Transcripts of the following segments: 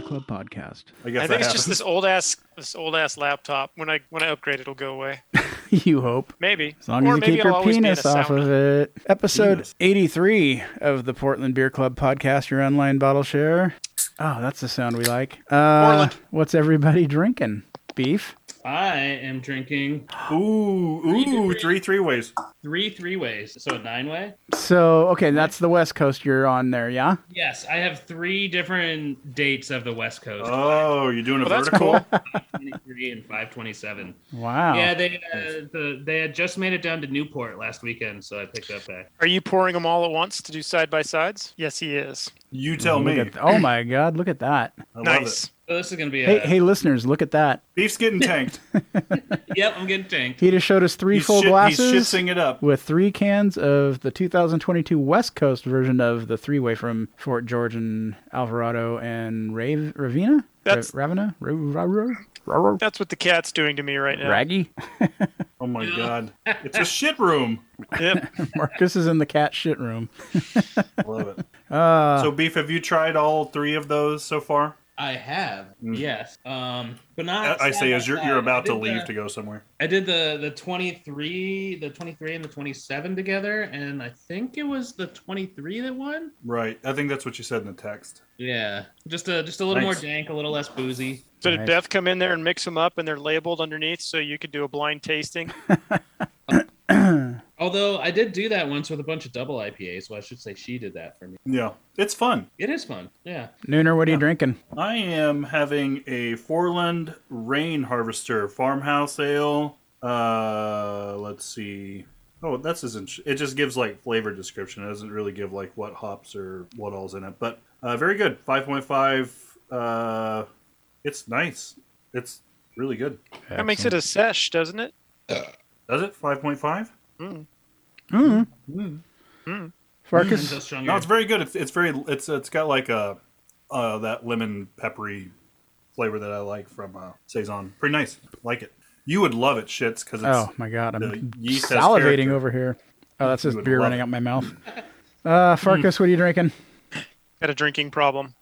podcast. I guess I think I it's just haven't. this old ass this old ass laptop. When I when I upgrade, it'll go away. you hope. Maybe. As long or as you maybe keep I'll your always be in a penis off sauna. of it. Episode Penis. 83 of the Portland Beer Club podcast, your online bottle share. Oh, that's the sound we like. Uh, Portland. what's everybody drinking? Beef? I am drinking Ooh, ooh, Three- three three ways. three three ways. So a nine way? So, okay, that's the West Coast you're on there, yeah? Yes, I have three different dates of the West Coast Oh, you're doing a Well, that's vertical. cool. 23 and 527. Wow. Yeah, they, uh, the, they had just made it down to Newport last weekend, so I picked up that. Are you pouring them all at once to do side by sides? Yes, he is. You tell Look me. at- oh my God, look at that. I love nice. it. So this is going to be a. Hey, hey, listeners, look at that. Beef's getting tanked. Yep, I'm getting tanked. He just showed us three he's full shit, He's glasses shitsing it up. with three cans of the 2022 West Coast version of the three way from Fort George and Alvarado and Rave, Ravina? That's- Ra- Ravina? Ra- ra- ra- ra- ra- That's what the cat's doing to me right now. Raggy? Oh my god, it's a shit room. Yep. Marcus is in the cat shit room. Love it. Uh, So, beef, have you tried all three of those so far? I have, Hmm. yes. Um, but not. I, I say, as you're side-by-side. you're about I to did leave the- to go somewhere. I did the the 23, the 23 and the 27 together, and I think it was the 23 that won. Right. I think that's what you said in the text. Yeah, just a just a little Nice. more dank, a little less boozy. So did Nice. Beth come in there and mix them up, and they're labeled underneath, so you could do a blind tasting? Although I did do that once with a bunch of double IPAs, so I should say she did that for me. Yeah, it's fun. It is fun. Yeah. Nooner, what are you drinking? I am having a Forland Rain Harvester farmhouse ale. Uh, let's see. Oh, that's isn't. It just gives like flavor description. It doesn't really give like what hops or what all's in it. But uh, very good. Five point five. Uh, it's nice. It's really good. That makes it a sesh, doesn't it? Does it? Five point five. Mm. And so Marcus, stronger. No, it's very good. It's, it's very. It's it's got like a uh, that lemon peppery flavor that I like from uh, saison. Pretty nice. Like it. You would love it, shits, because it's oh my god, the I'm yeast has salivating character. over here. Oh, that's You just would beer love running it. out my mouth. Uh, Farkas, what are you drinking? Got a drinking problem.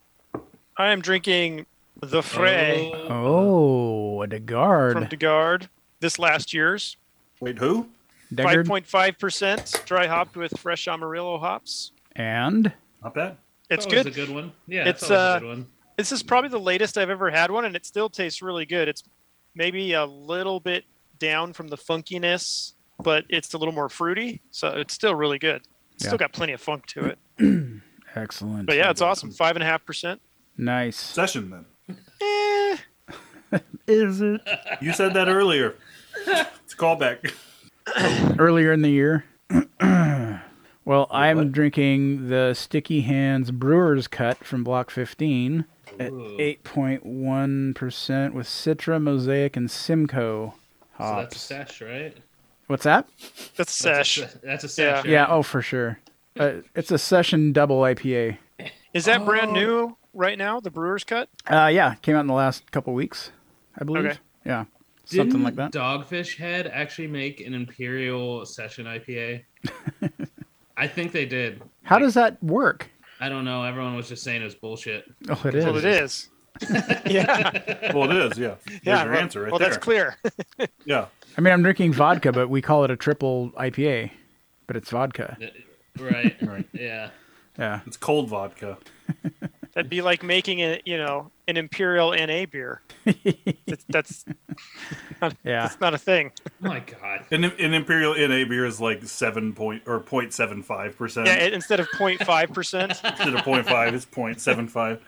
I am drinking the Frey Oh, Oh, a from Degard. Degard. This last year's Wait, who? five Degard point five percent dry hopped with fresh Amarillo hops. and Not bad. It's that was good. a good one. Yeah, It's, it's a uh, good one. This is probably the latest I've ever had one, and it still tastes really good. It's maybe a little bit down from the funkiness, but it's a little more fruity, so it's still really good. It's Yeah. Still got plenty of funk to it. excellent. But yeah, it's awesome. Five and a half percent. nice. Session then. Eh, Is it You said that earlier. It's a callback. earlier in the year? well, I'm what? drinking the Sticky Hands Brewers Cut from Block 15. at Ooh. 8.1% with Citra, Mosaic, and Simcoe So that's a hops. sesh, right? What's that? that's a That's a sesh. se- That's a sesh. Yeah, oh, for sure. Uh, it's a session double IPA. Is that brand Oh. new right now? The Brewer's Cut. Uh, yeah, came out in the last couple weeks, I believe. Okay. Yeah, Didn't something like that. Dogfish Head actually make an Imperial Session IPA. I think they did. How does that work? I don't know. Everyone was just saying it was bullshit. Oh, it is. Well, it is. yeah. Well, it is. Yeah. There's yeah. your well, answer right well, there. that's clear. Yeah. I mean, I'm drinking vodka, but we call it a triple IPA, but it's vodka. Right. Right. Yeah. Yeah. It's cold vodka. That'd be like making a you know an imperial NA beer. That's that's, Yeah. that's not a thing. Oh my god. An, an imperial NA beer is like seven point or 0.75 percent. Yeah, it, instead of 0.5 percent. Instead of 0.5, it's 0.75.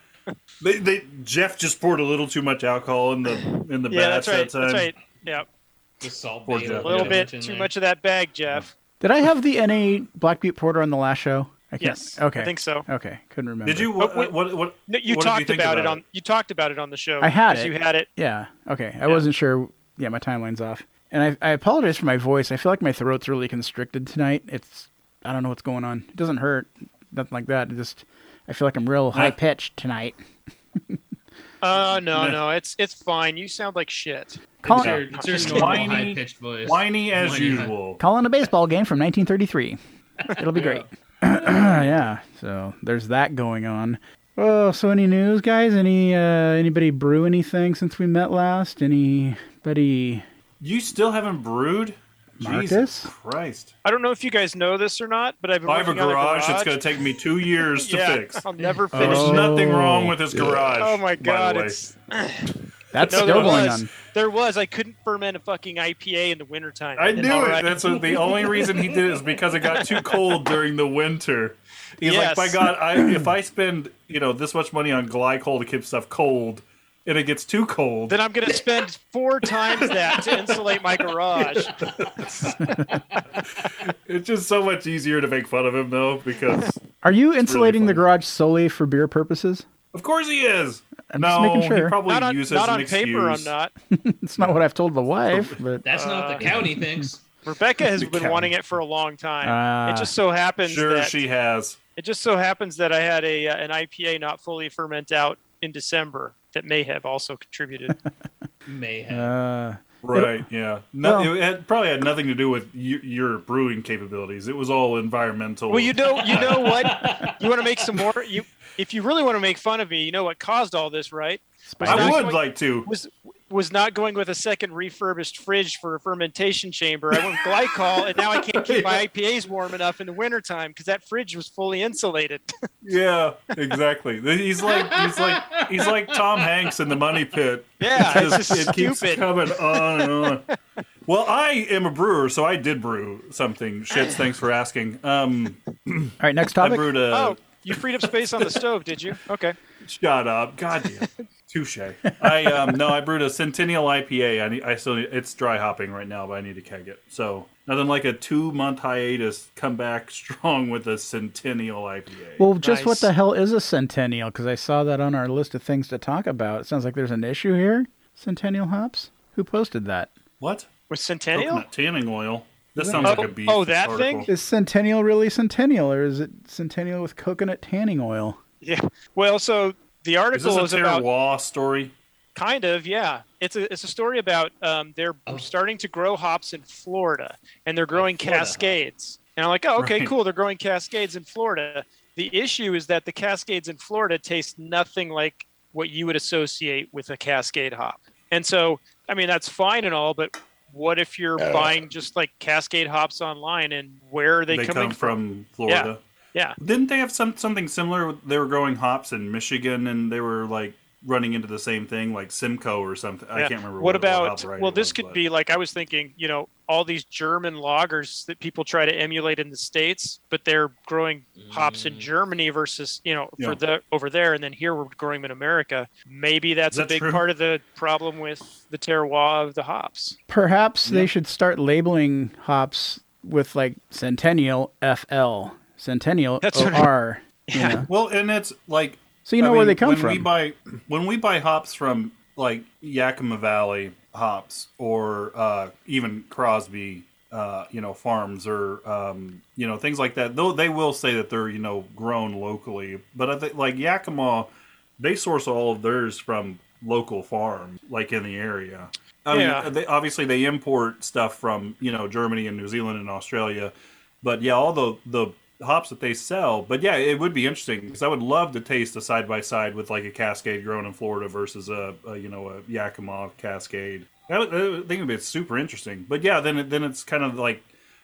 They, they, Jeff just poured a little too much alcohol in the in the Yeah, bath that's right. that time. That's right. Yeah, The salt Poor bay Jeff. a little Yeah, bit in too there. much of that Mm. bag, Jeff. Did I have the NA Black Butte Porter on the last show? I can't- Yes. Okay. I think so. Okay. Couldn't remember. Did you what Oh, wait. what, what, No, you what did talked think about, it on you talked about it on the show. I had 'cause it. You had it. Yeah. Okay. I wasn't sure. Yeah, my timeline's off. And I, I apologize for my voice. I feel like my throat's really constricted tonight. It's I don't know what's going on. It doesn't hurt, nothing like that. It just I feel like I'm real high pitched tonight. Oh no, Yeah. no, it's it's fine. You sound like shit. It's Calling, your, it's your normal Whiny- high pitched voice. Whiny as Whiny. usual. calling a baseball game from 1933. It'll be great. yeah. So there's that going on. Oh, so any news, guys? Any uh, anybody brew anything since we met last? Anybody? You still haven't brewed? Jesus Marcus? Christ. I don't know if you guys know this or not, but I've been If I have a working on garage, it's going garage. to take me two years to Yeah, fix. I'll never finish. There's Oh. nothing wrong with his Yeah. garage. Oh my by god, the way. it's That's no, still there going was. on. There was. I couldn't ferment a fucking IPA in the wintertime. I And knew it. alright, That's what, the only reason he did it is because it got too cold during the winter. He's Yes. like, my God, I, if I spend you know this much money on glycol to keep stuff cold, and it gets too cold, Then I'm gonna spend four times that to insulate my garage. it's just so much easier to make fun of him though because Are you insulating the funny. garage solely for beer purposes? of course he is. I'm just no, making sure. he probably Not on, uses not an on paper, I'm excuse. not. It's not what I've told the wife, but That's not what the uh, county thinks. Rebecca has The been cow. wanting it for a long time. Ah. it just so happens Sure, that she has. it just so happens that I had a uh, an IPA not fully ferment out in December that may have also contributed. Mayhem. uh, Right, yeah. No, Well- it had, probably had nothing to do with y- your brewing capabilities. It was all environmental. well, you know, you know what? You want to make some more? You, if you really want to make fun of me, you know what caused all this, right? It's I not would going- like to. was was not going with a second refurbished fridge for a fermentation chamber. I went with glycol, and now I can't keep my IPAs warm enough in the wintertime because that fridge was fully insulated. Yeah, exactly. He's like he's like he's like Tom Hanks in the Money Pit. Yeah, it's Just- just it keeps stupid. coming on and on. Well, I am a brewer, so I did brew something. Shits, thanks for asking. Um, all right, next I topic. brewed a. oh, you freed up space on the stove, did you? Okay. Shut up, goddamn. Touche. I um no, I brewed a Centennial IPA. I need, I still need, it's dry hopping right now, but I need to keg it. So nothing like a two month hiatus. Come back strong with a Centennial IPA. Well, just what Nice. the hell is a centennial? Because I saw that on our list of things to talk about. It sounds like there's an issue here. Centennial hops? Who posted that? what? With Centennial? Coconut tanning oil. This sounds Oh, like a beef. oh, that thing? article. Is centennial really centennial, or is it centennial with coconut tanning oil? Yeah. Well, so Is the this article a is Tara about Waugh story? Kind of, yeah. It's a it's a story about um, they're Oh. starting to grow hops in Florida, and they're growing Florida hop. cascades. And I'm like, oh, okay, Right. cool. They're growing cascades in Florida. The issue is that the cascades in Florida taste nothing like what you would associate with a cascade hop. And so, I mean, that's fine and all, but what if you're Oh. buying just like cascade hops online, and where are they, They, coming come from Florida. Yeah. Didn't they have some something similar? They were growing hops in Michigan, and they were like running into the same thing, like Simcoe or something. I Yeah. can't remember. What what about? hop variety well, it this was, could but- be like I was thinking. You know, all these German lagers that people try to emulate in the states, but they're growing hops in Mm. Germany versus you know Yeah. for the over there, and then here we're growing them in America. Maybe that's Is a that big true? part of the problem with the terroir of the hops. Perhaps they Yeah. should start labeling hops with like centennial FL, centennial That's what I- OR. Yeah. you know? Well, and it's like So you know I where mean, they come when from. We buy when we buy hops from like Yakima Valley hops or uh, even Crosby, uh, you know, farms or um, you know things like that. Though they will say that they're you know grown locally, but I think like Yakima, they source all of theirs from local farms, like in the area. I Yeah. mean, they, obviously they import stuff from you know Germany and New Zealand and Australia, but yeah, all the the hops that they sell. But yeah, it would be interesting because I would love to taste a side by side with like a Cascade grown in Florida versus a, a you know a Yakima Cascade. I, would, I would think it'd be super interesting. But yeah, then it, then it's kind of like,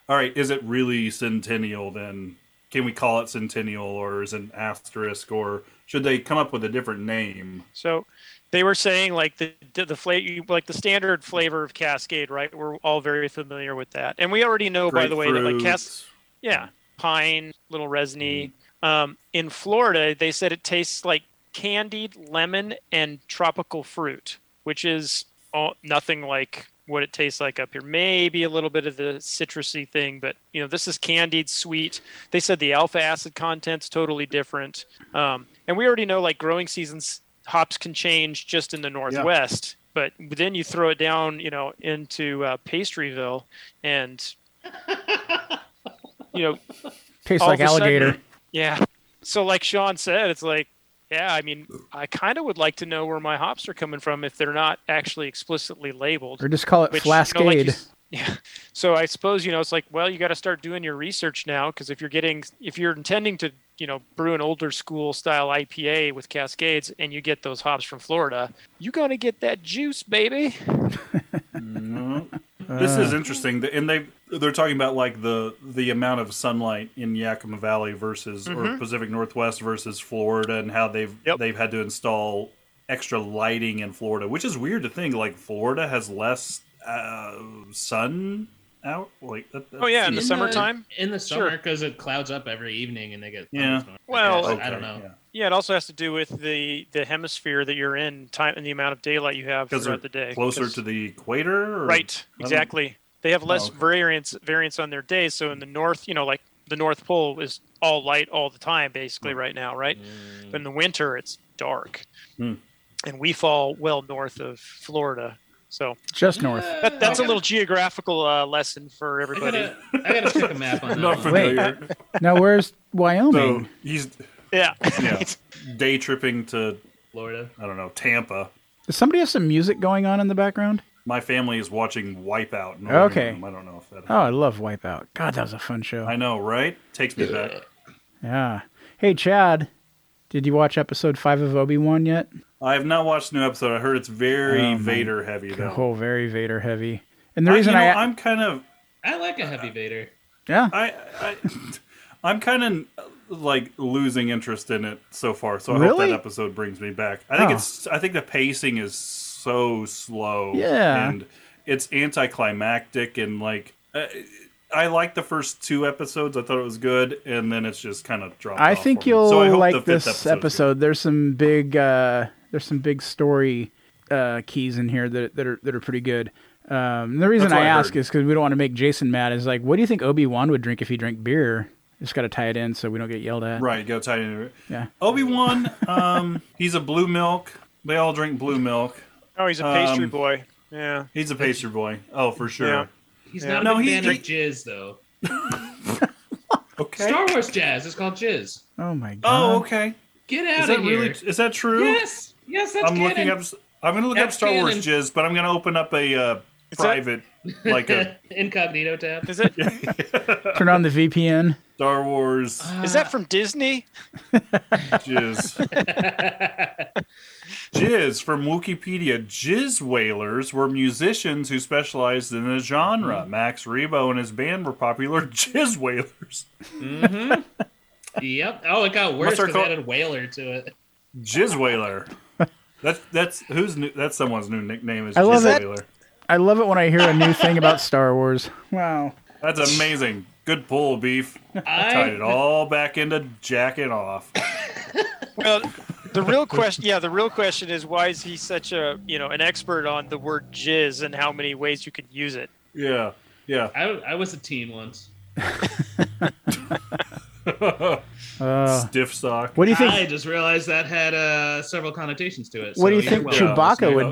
all right, is it really centennial? Then can we call it centennial or is it an asterisk or should they come up with a different name? So they were saying like the the, the flavor, like the standard flavor of Cascade, right? We're all very familiar with that, and we already know, Oh, by the way, that like Grapefruit. Cas- Yeah, pine, little resiny. Um, in Florida, they said it tastes like candied lemon and tropical fruit, which is all, nothing like what it tastes like up here. Maybe a little bit of the citrusy thing, but you know, this is candied sweet. They said the alpha acid content's totally different. Um, and we already know like growing seasons, hops can change just in the Northwest. But then you throw it down, you know, into uh, Pastryville, and you know, Tastes all like of a sudden- alligator. yeah. So like Sean said, it's like, yeah, I mean, I kind of would like to know where my hops are coming from if they're not actually explicitly labeled. or just call it Which, you know, flascade. like you s- Yeah. So I suppose you know it's like well you got to start doing your research now because if you're getting if you're intending to you know brew an older school style IPA with Cascades and you get those hops from Florida, you gonna get that juice, baby. No. This is interesting, The- and they they're talking about like the the amount of sunlight in Yakima Valley versus or Pacific Northwest versus Florida, and how they've Mm-hmm. Yep. they've had to install extra lighting in Florida, which is weird to think. Like Florida has less uh, sun out. Like that, Oh, yeah, in the that's- summertime? in the Sure. summer because it clouds up every evening and they get Yeah. thunderstorms, I Well- guess. Okay, I don't know. yeah. Yeah, it also has to do with the the hemisphere that you're in, time and the amount of daylight you have Because throughout they're the day. closer 'Cause- to the equator. Or, Right, I don't- Oh, exactly. They have less okay. variance variance on their days. So in the north, you know, like the North Pole is all light all the time, basically right now, right? But in the winter, it's dark, Hmm. and we fall well north of Florida. So Just north. that, that's I a little geographical uh, lesson for gotta- everybody. I gotta, I gotta stick a map on I'm that. not one. familiar. Now where's Wyoming? so he's Yeah, yeah day tripping to Florida. I don't know Tampa. Does somebody have some music going on in the background? My family is watching Wipeout. Northern Okay. Kingdom. I don't know if that. Oh, I love Wipeout. God, that was a fun show. I know, right? Takes me back. Yeah. Hey, Chad, did you watch episode five of Obi Wan yet? I have not watched the new episode. I heard it's very Oh, my Vader heavy though. Oh, very Vader heavy. And the reason I, I, you know, I'm kind of I like a heavy Vader. yeah, I, I I'm kind of like losing interest in it so far. So I hope Really? that episode brings me back. I think Huh. it's I think the pacing is so slow. Yeah. and it's anticlimactic and like. Uh, I liked the first two episodes. I thought it was good, and then it's just kind of dropped. I off think Oh, for me. So I you'll hope the like fifth this episode's episode. good. There's some big uh, there's some big story uh, keys in here that that are that are pretty good. Um, the reason That's what I, I ask heard. is because we don't want to make Jason mad. Is like, what do you think Obi Wan would drink if he drank beer? Just got to tie it in so we don't get yelled at. Right, go tight into it. Yeah. Obi Wan, um, he's a blue milk. They all drink blue milk. oh, he's a pastry Um, boy. Yeah, He's a pastry boy. Oh, for sure. Yeah. He's Yeah. not No, a he big fan of drink- jizz though. Okay. Star Wars jazz. It's called jizz. Oh my god. oh, okay. Get Is out that of here. really? Is that true? Yes. Yes, that's I'm looking up. I'm gonna look up That's Star Wars canon. jizz, but I'm gonna open up a uh, Is that- private, like a incognito tab. is it Turn on the VPN. Star Wars is that from Disney? jizz. Jizz from Wikipedia. Jizz whalers were musicians who specialized in the genre. Hmm. Max Rebo and his band were popular jizz whalers. Yep. Oh, it got worse Mustard because col- added whaler to it. Jizz Whaler. That's that's who's new, that's someone's new nickname is I love Jizz it. Whaler. I love it when I hear a new thing about Star Wars. Wow. That's amazing. Good pull, beef. Tied it I all back into jacking off. Well, the real question, yeah, the real question is why is he such a you know an expert on the word jizz and how many ways you can use it? Yeah, yeah. I, I was a teen once. Uh, Stiff sock. what do you think? I just realized that had uh, several connotations to it. what do you so think you're welcome, Chewbacca would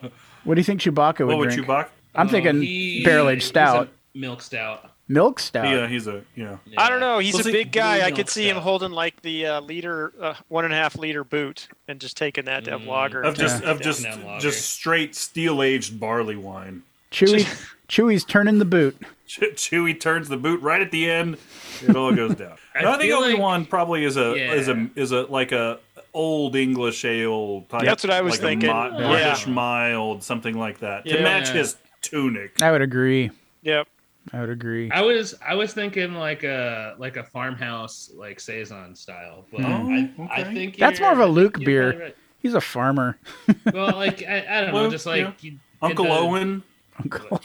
drink? What do you think Chewbacca would what would drink? Chewbacca? Oh, I'm Um, thinking he- barrel aged he's a stout, milk stout. milk stout. Yeah, he's a yeah. I don't know. He's Well, a see- big guy. I Blue could see him milk. holding like the uh, liter, uh, one and a half liter boot, and just taking that to have Mm. lager. Of just Yeah. of just Definitely lager. just straight steel aged barley wine. Chewy, Chewy's turning the boot. Che- Chewie turns the boot right at the end. It all goes down. I No, I, think feel Obi like- Wan probably is a Yeah. is a is a like a old English ale type. That's what I was like thinking. A mi- Yeah. British mild, something like that, to Yeah. match his tunic. I would agree. yep. I would agree. I was I was thinking like a like a farmhouse like saison style. But Oh, I, I okay. think That's you're- more of a Luke you're beer. probably He's a farmer, right. Well, like I, I don't Well, know, just like yeah. you get Uncle the- Owen, Uncle.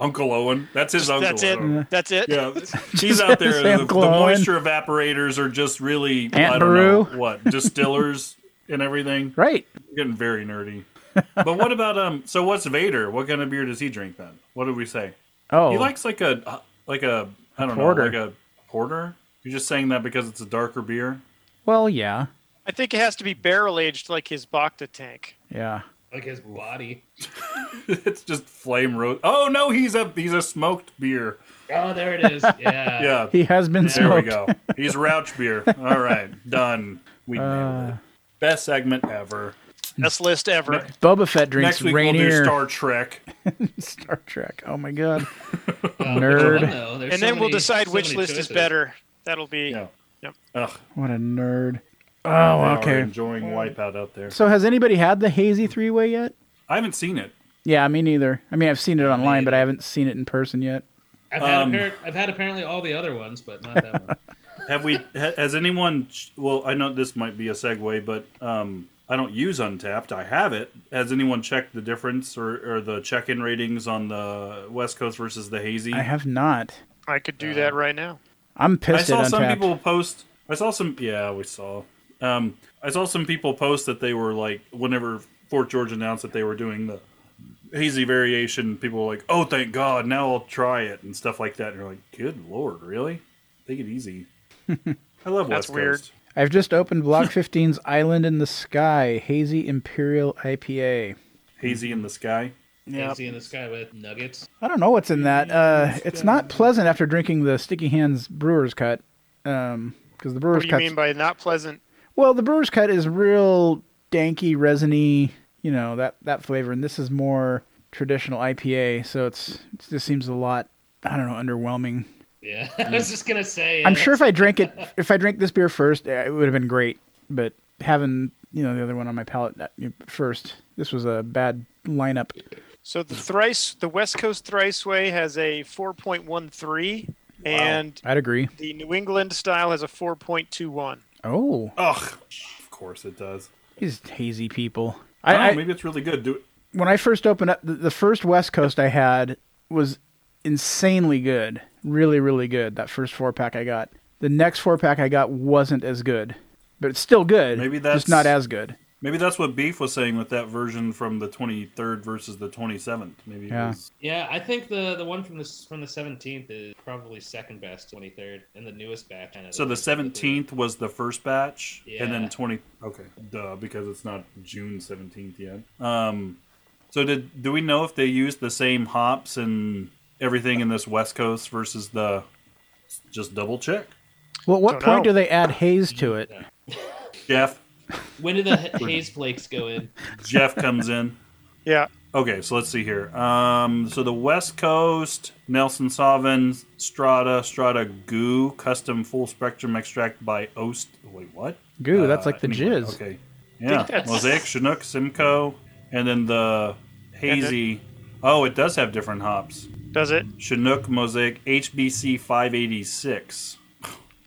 Uncle Owen. That's his uncle. That's it. Owen. That's it. Yeah, he's out there. Just The, the Uncle Owen. moisture evaporators are just really I Aunt don't know, Beru. what distillers and everything. Right. We're getting very nerdy. But what about um? So what's Vader? What kind of beer does he drink then? What did we say? Oh, He likes like a like a I don't Porter. know like a porter. You're just saying that because it's a darker beer. well, yeah, I think it has to be barrel aged like his Bacta tank. yeah. like his body. it's just flame roast. Oh no, he's a he's a smoked beer. Oh, there it is. Yeah. Yeah, He has been there smoked. we go. Uh, He's Rouch beer. All right, done. We nailed it. Best segment ever. That's best list ever. Boba Fett drinks Next week we'll do Rainier Star Trek. Star Trek. Oh my god. Uh, which Nerd. one, though? There's and so then we'll many- decide so which many list is choices. better. That'll be. Yeah. Yep. Ugh. What a nerd. Oh, they are okay. Enjoying Wipeout out there. So has anybody had the hazy three way yet? I haven't seen it. Yeah, me neither. I mean, I've seen it online, but I haven't seen it in person yet. I've had, Um, appar- I've had apparently all the other ones, but not that one. Have we? ha- Has anyone? Well, I know this might be a segue, but um, I don't use Untapped. I have it. Has anyone checked the difference or, or the check-in ratings on the West Coast versus the Hazy? I have not. I could do that right now. I'm I pissed saw at some Untappd. people post. I saw some. Yeah, we saw. Um, I saw some people post that they were like, whenever Fort George announced that they were doing the hazy variation, people were like, "Oh, thank God! Now I'll try it" and stuff like that. And you're like, "Good lord, really? Take it easy." I love That's West weird. Coast. I've just opened Block 15's Island in the Sky Hazy Imperial IPA. Hazy in the sky. Fancy in the sky with nuggets. I don't know what's in that. Uh, it's not pleasant after drinking the Sticky Hands Brewer's Cut. Um 'cause because the What Brewer's do you Cut. mean by not pleasant? Well, the brewer's cut is real danky, resiny, you know that that flavor, and this is more traditional IPA. So it's it just seems a lot. I don't know, underwhelming. Yeah, I Hmm. was just gonna say. uh, I'm sure if I drank it, if I drank this beer first, eh, it would have been great. But having you know the other one on my palate uh, first, this was a bad lineup. So Mm. the thrice, the West Coast thrice way has a 4.13, and I'd agree. the New England style has a 4.21. Oh, Ugh. Of course it does. these hazy people. I, don't I, know, I maybe it's really good. Do it. when I first opened up, the, the first West Coast I had was insanely good. Really, really good. That first four pack I got. The next four pack I got wasn't as good, but it's still good. Maybe just that's- not as good. Maybe that's what Beef was saying with that version from the 23rd versus the 27th. Maybe it Yeah. was Yeah, I think the the one from the s- from the 17th is probably second best, 23rd, and the newest batch. Kind of So the seventeenth was the first batch, and Yeah. then twenty. Okay, duh, because it's not June seventeenth yet. Um, so did do we know if they used the same hops and everything in this West Coast versus the? Just double check, Well, at what Don't point know. do they add haze to it? Jeff. When did the ha- haze flakes go in? Jeff comes in. Yeah, Okay, so let's see here. Um, so the West Coast, Nelson Sauvin, Strata, Strata Goo, custom full spectrum extract by Oast. Wait, what? Goo, that's Uh, like the anyway, jizz. Okay. Yeah. that's- Mosaic, Chinook, Simcoe, and then the hazy. Oh, it does have different hops. does it? Chinook, Mosaic, HBC 586.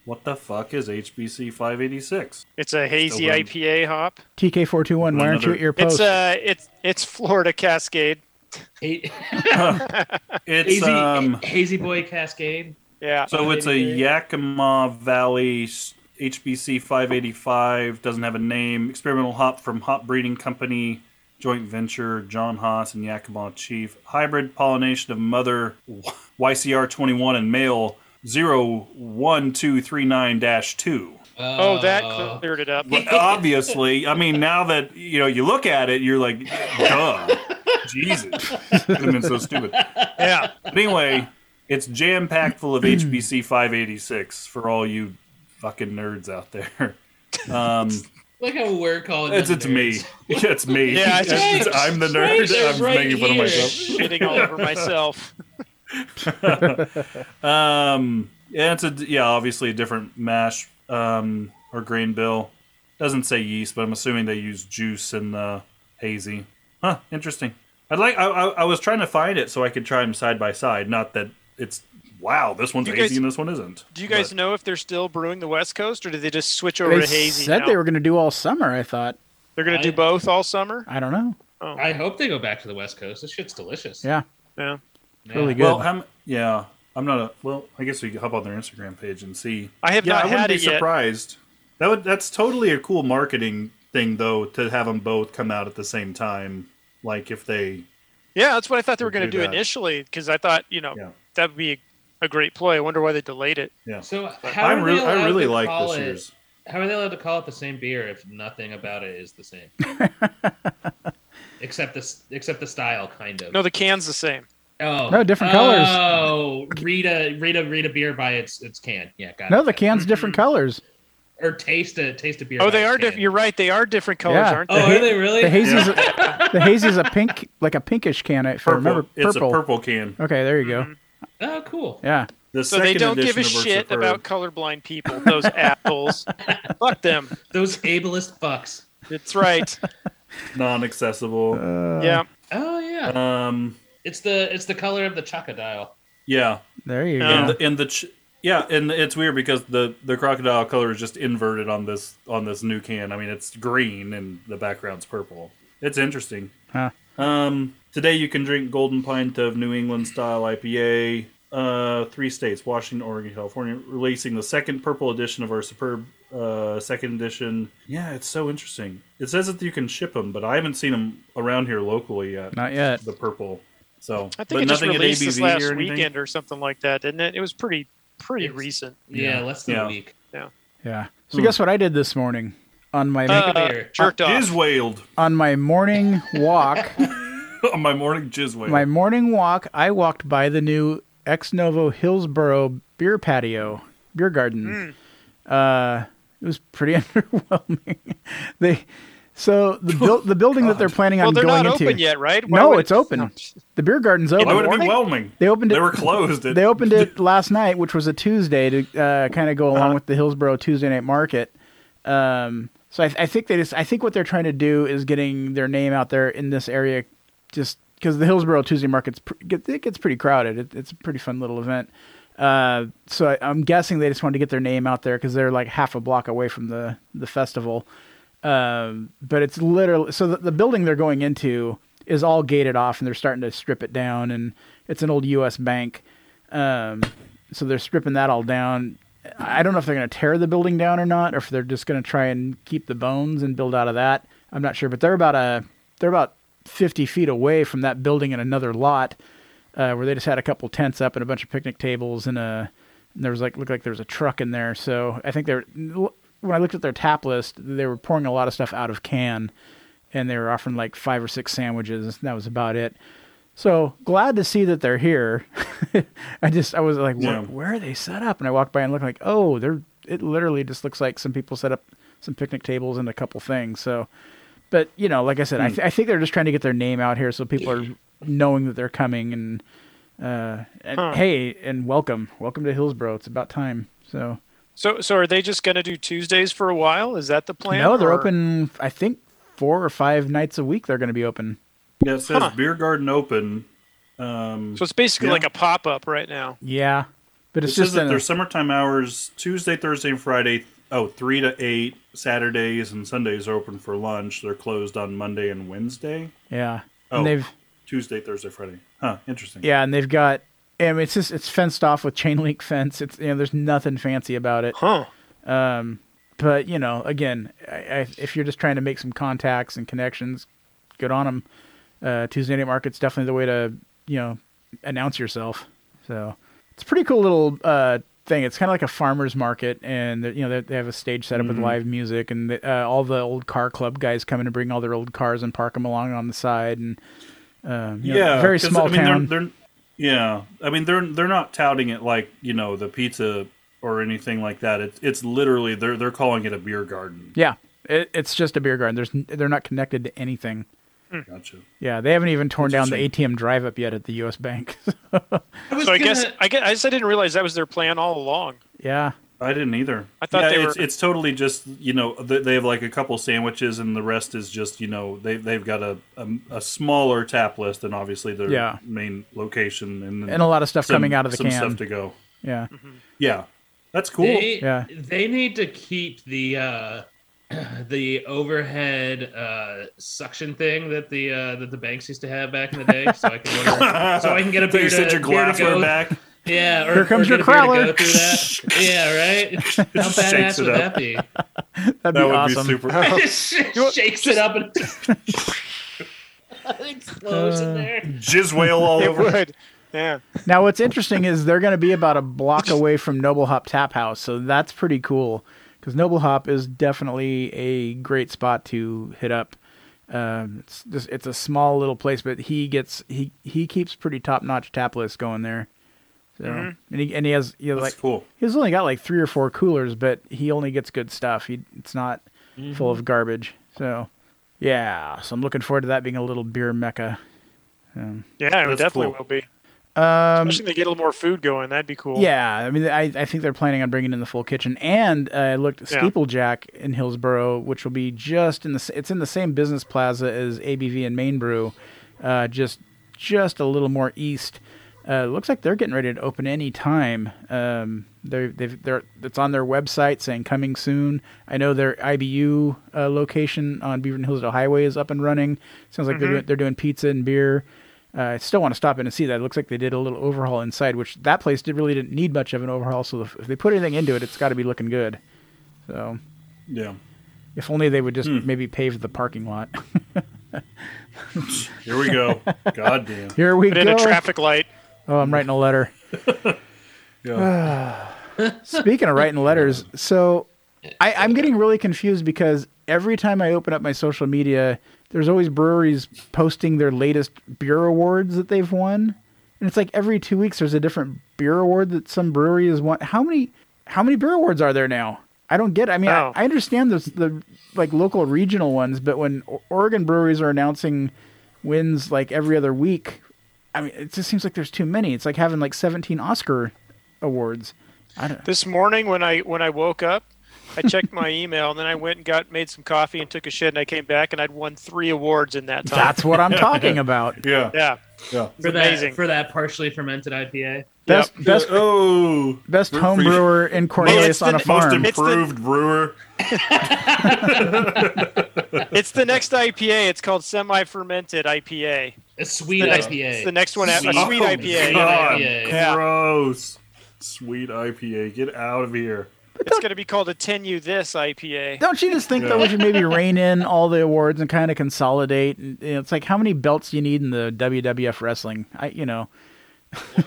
What the fuck is HBC 586? It's a hazy Still run. IPA hop. TK421, why aren't you Another- at your post? It's uh, it's it's Florida Cascade. Ha- It's hazy, um. hazy boy cascade. Yeah. So it's a 583. Yakima Valley s- HBC 585. Doesn't have a name. Experimental hop from Hop Breeding Company, joint venture John Haas and Yakima Chief. Hybrid pollination of mother YCR 21 and male 01239 2. oh, that Uh, cleared it up. But obviously, I mean, now that you know, you look at it, you're like, duh, Jesus, could have been so stupid. yeah. But anyway, it's jam packed full of HBC 586 for all you fucking nerds out there. Um, Look how we're calling. it's them it's me. nerds. Yeah, it's me. Yeah, it's It's- just- I'm the right nerd. there, I'm right making fun of here. myself. Shitting all over myself. Um, yeah, it's a yeah, obviously a different mash um, or grain bill. Doesn't say yeast, but I'm assuming they use juice in the hazy. Huh, interesting. I'd like. I, I, I was trying to find it so I could try them side by side. Not that it's wow, this one's You hazy guys- and this one isn't. Do you guys But- know if they're still brewing the West Coast, or did they just switch over they to hazy? said now? they were going to do all summer, I thought. They're going to do I- both all summer. I don't know. I hope they go back to the West Coast. This shit's delicious. Yeah, Yeah. Man. really good. Well, how, m- yeah, I'm not a. Well, I guess we could hop on their Instagram page and see. I have yeah, not I wouldn't had be it yet. surprised. That would that's totally a cool marketing thing though to have them both come out at the same time. Like if they Yeah, that's what I thought they were We'll going to do do that. initially because I thought you know Yeah. that would be a, a great play. I wonder why they delayed it. yeah. So how I'm are really they I allowed really to like call this it- year's. How are they allowed to call it the same beer if nothing about it is the same? except this, except the style, kind of. No, the can's the same. oh, No, different colours. Oh, read a read a read a beer by its its can. Yeah, got no, it. the can's different colors. or taste a taste a beer. Oh, they by are. its Diff- can. you're right. They are different colors, Yeah. aren't Oh, they? The are ha- they really? The hazy's a, the hazy's a pink, like a pinkish can. If I Purple. remember, purple. It's a purple Mm-hmm. can. Okay, there you go. Oh, cool. Yeah, The So they second don't give a edition of shit Versaferb. about colorblind people. Those assholes. Fuck them. Those ableist fucks. That's right. non-accessible. yeah. Oh yeah, Um, it's the it's the color of the chocodile. yeah, there you Um, go. and the, and the ch- yeah, and it's weird because the the crocodile color is just inverted on this on this new can. I mean, it's green and the background's purple. It's interesting. Huh. Um, today you can drink Golden Pint of New England style IPA. Uh, three states: Washington, Oregon, California, releasing the second purple edition of our superb uh, second edition. Yeah, it's so interesting. It says that you can ship them, but I haven't seen them around here locally yet. Not yet. The purple. So, I but think it just nothing at released this ABV last or anything? weekend or something like that, didn't it? It was pretty pretty It's- recent. Yeah, Yeah. less than Yeah. a week. Yeah. So Hmm. guess what I did this morning on my Uh, beer. jerked off. Jizz wailed on my morning walk. on my morning jizz wailed. my morning walk, I walked by the new Ex Novo Hillsboro beer patio, beer garden. Hmm. Uh, it was pretty underwhelming. they so the buil- the building that they're planning well, on they're going not into. open yet, right? No, would it's open. No. The beer garden's open. Why would it be morning? whelming? They opened it- They were closed. At, They opened it last night, which was a Tuesday, to uh, kind of go along with the Hillsboro Tuesday night market. Um, so I, I think they just, I think what they're trying to do is getting their name out there in this area, just because the Hillsboro Tuesday market's pr- get, it gets pretty crowded. It, it's a pretty fun little event. Uh, so I, I'm guessing they just wanted to get their name out there because they're like half a block away from the the festival. Um, but it's literally so the, the building they're going into is all gated off, and they're starting to strip it down. And it's an old U.S. bank, um, so they're stripping that all down. I don't know if they're going to tear the building down or not, or if they're just going to try and keep the bones and build out of that. I'm not sure, but they're about a they're about 50 feet away from that building in another lot uh, where they just had a couple tents up and a bunch of picnic tables and a and there was like looked like there was a truck in there. So I think they're when I looked at their tap list, they were pouring a lot of stuff out of can, and they were offering like five or six sandwiches. And that was about it. So glad to see that they're here. I just I was like, where, Yeah. where are they set up? And I walked by and looked like, oh, they're it literally just looks like some people set up some picnic tables and a couple things. So, but you know, like I said, I, th- I think they're just trying to get their name out here so people are knowing that they're coming and uh, and Huh. hey, and welcome, welcome to Hillsboro. It's about time. So So so are they just going to do Tuesdays for a while? Is that the plan? no, they're or- open. I think four or five nights a week they're going to be open. Yeah, it says Huh. beer garden open. Um, So it's basically Yeah. like a pop up right now. Yeah, but it it's says just that an, their summertime hours Tuesday, Thursday, and Friday. Oh, three to eight. Saturdays and Sundays are open for lunch. They're closed on Monday and Wednesday. yeah, Oh. and they've Tuesday, Thursday, Friday. Huh. Interesting. yeah, and they've got. I mean, it's just it's fenced off with chain link fence. It's you know, there's nothing fancy about it. Huh. Um, but you know, again, I, I, if you're just trying to make some contacts and connections, good on them. Uh, Tuesday night market's definitely the way to you know announce yourself. So it's a pretty cool little uh, thing. It's kind of like a farmers market, and you know they, they have a stage set up Mm-hmm. with live music, and uh, all the old car club guys come in and bring all their old cars and park them along on the side, and um, you know, yeah, very 'cause, small I mean, town. They're, they're, yeah, I mean they're they're not touting it like you know the pizza or anything like that. It's it's literally they're they're calling it a beer garden. yeah, it, it's just a beer garden. There's n- they're not connected to anything. Gotcha. Yeah, they haven't even torn down the Interesting. ATM drive up yet at the U.S. Bank. I was So I gonna- guess I guess I just didn't realize that was their plan all along. yeah, I didn't either. I thought yeah, they it's, were- it's totally just you know th- they have like a couple sandwiches and the rest is just you know they they've got a a, a smaller tap list than obviously their Yeah. main location and then and a lot of stuff some- coming out of the some can. stuff to go. yeah, Yeah, that's cool. They, Yeah. they need to keep the uh, the overhead uh, suction thing that the uh, that the banks used to have back in the day, so I can order, so I can get So a beer. you set to- your beer to glassware go- back. Yeah, or, Here comes your or get a beer to crowler. go through that. yeah, right. How Just shakes badass it would up. that be? that'd be That would awesome. be super. Just shakes it up and explodes in there. Jizz whale all It over. would. Yeah. Now, what's interesting is they're going to be about a block away from Noble Hop Tap House, so that's pretty cool because Noble Hop is definitely a great spot to hit up. Um, it's just it's a small little place, but he gets he he keeps pretty top notch tap lists going there. So Mm-hmm. and he and he has you know, That's like cool. he's only got like three or four coolers, but he only gets good stuff. He it's not full Mm-hmm. of garbage. So yeah, so I'm looking forward to that being a little beer mecca. Yeah, it That's definitely cool. will be. Um, Especially if they get a little more food going. That'd be cool. Yeah, I mean, I, I think they're planning on bringing in the full kitchen, and uh, I looked Yeah. Steeplejack in Hillsboro, which will be just in the s- it's in the same business plaza as ABV and Main Brew, uh, just just a little more east. Uh, looks like they're getting ready to open any time. Um, they they've, they're it's on their website saying coming soon. I know their IBU uh, location on Beaver and Hillsdale Highway is up and running. Sounds like they're doing, they're doing pizza and beer. Uh, I still want to stop in and see that. It looks like they did a little overhaul inside, which that place did really didn't need much of an overhaul. So if, if they put anything into it, it's got to be looking good. So Yeah. if only they would just Hmm. maybe pave the parking lot. Here we go. God damn. Here we Put go. in a traffic light. oh, I'm writing a letter. Yeah. Speaking of writing letters, so I, I'm getting really confused because every time I open up my social media, there's always breweries posting their latest beer awards that they've won, and it's like every two weeks there's a different beer award that some brewery has won. How many how many beer awards are there now? I don't get. It. I mean, No. I, I understand the the like local regional ones, but when O- Oregon breweries are announcing wins like every other week, I mean, it just seems like there's too many. It's like having like 17 Oscar awards. I don't. This morning when I when I woke up, I checked my email and then I went and got made some coffee and took a shit and I came back and I'd won three awards in that time. That's what I'm talking about. Yeah. yeah. Yeah. for that amazing. for that partially fermented IPA. Best Yep. best Oh. best Fruit home free- brewer in Cornelius the on a most farm. Most It's the- improved brewer. It's the next IPA. It's called semi fermented IPA. A sweet The next- IPA. It's the next one after Oh, a sweet IPA. God, Yeah. Gross. Sweet IPA. Get out of here. It's gonna be called a ten you this IPA. Don't you just think though Yeah. we should maybe rein in all the awards and kind of consolidate? And, you know, it's like how many belts do you need in the WWF wrestling? I you know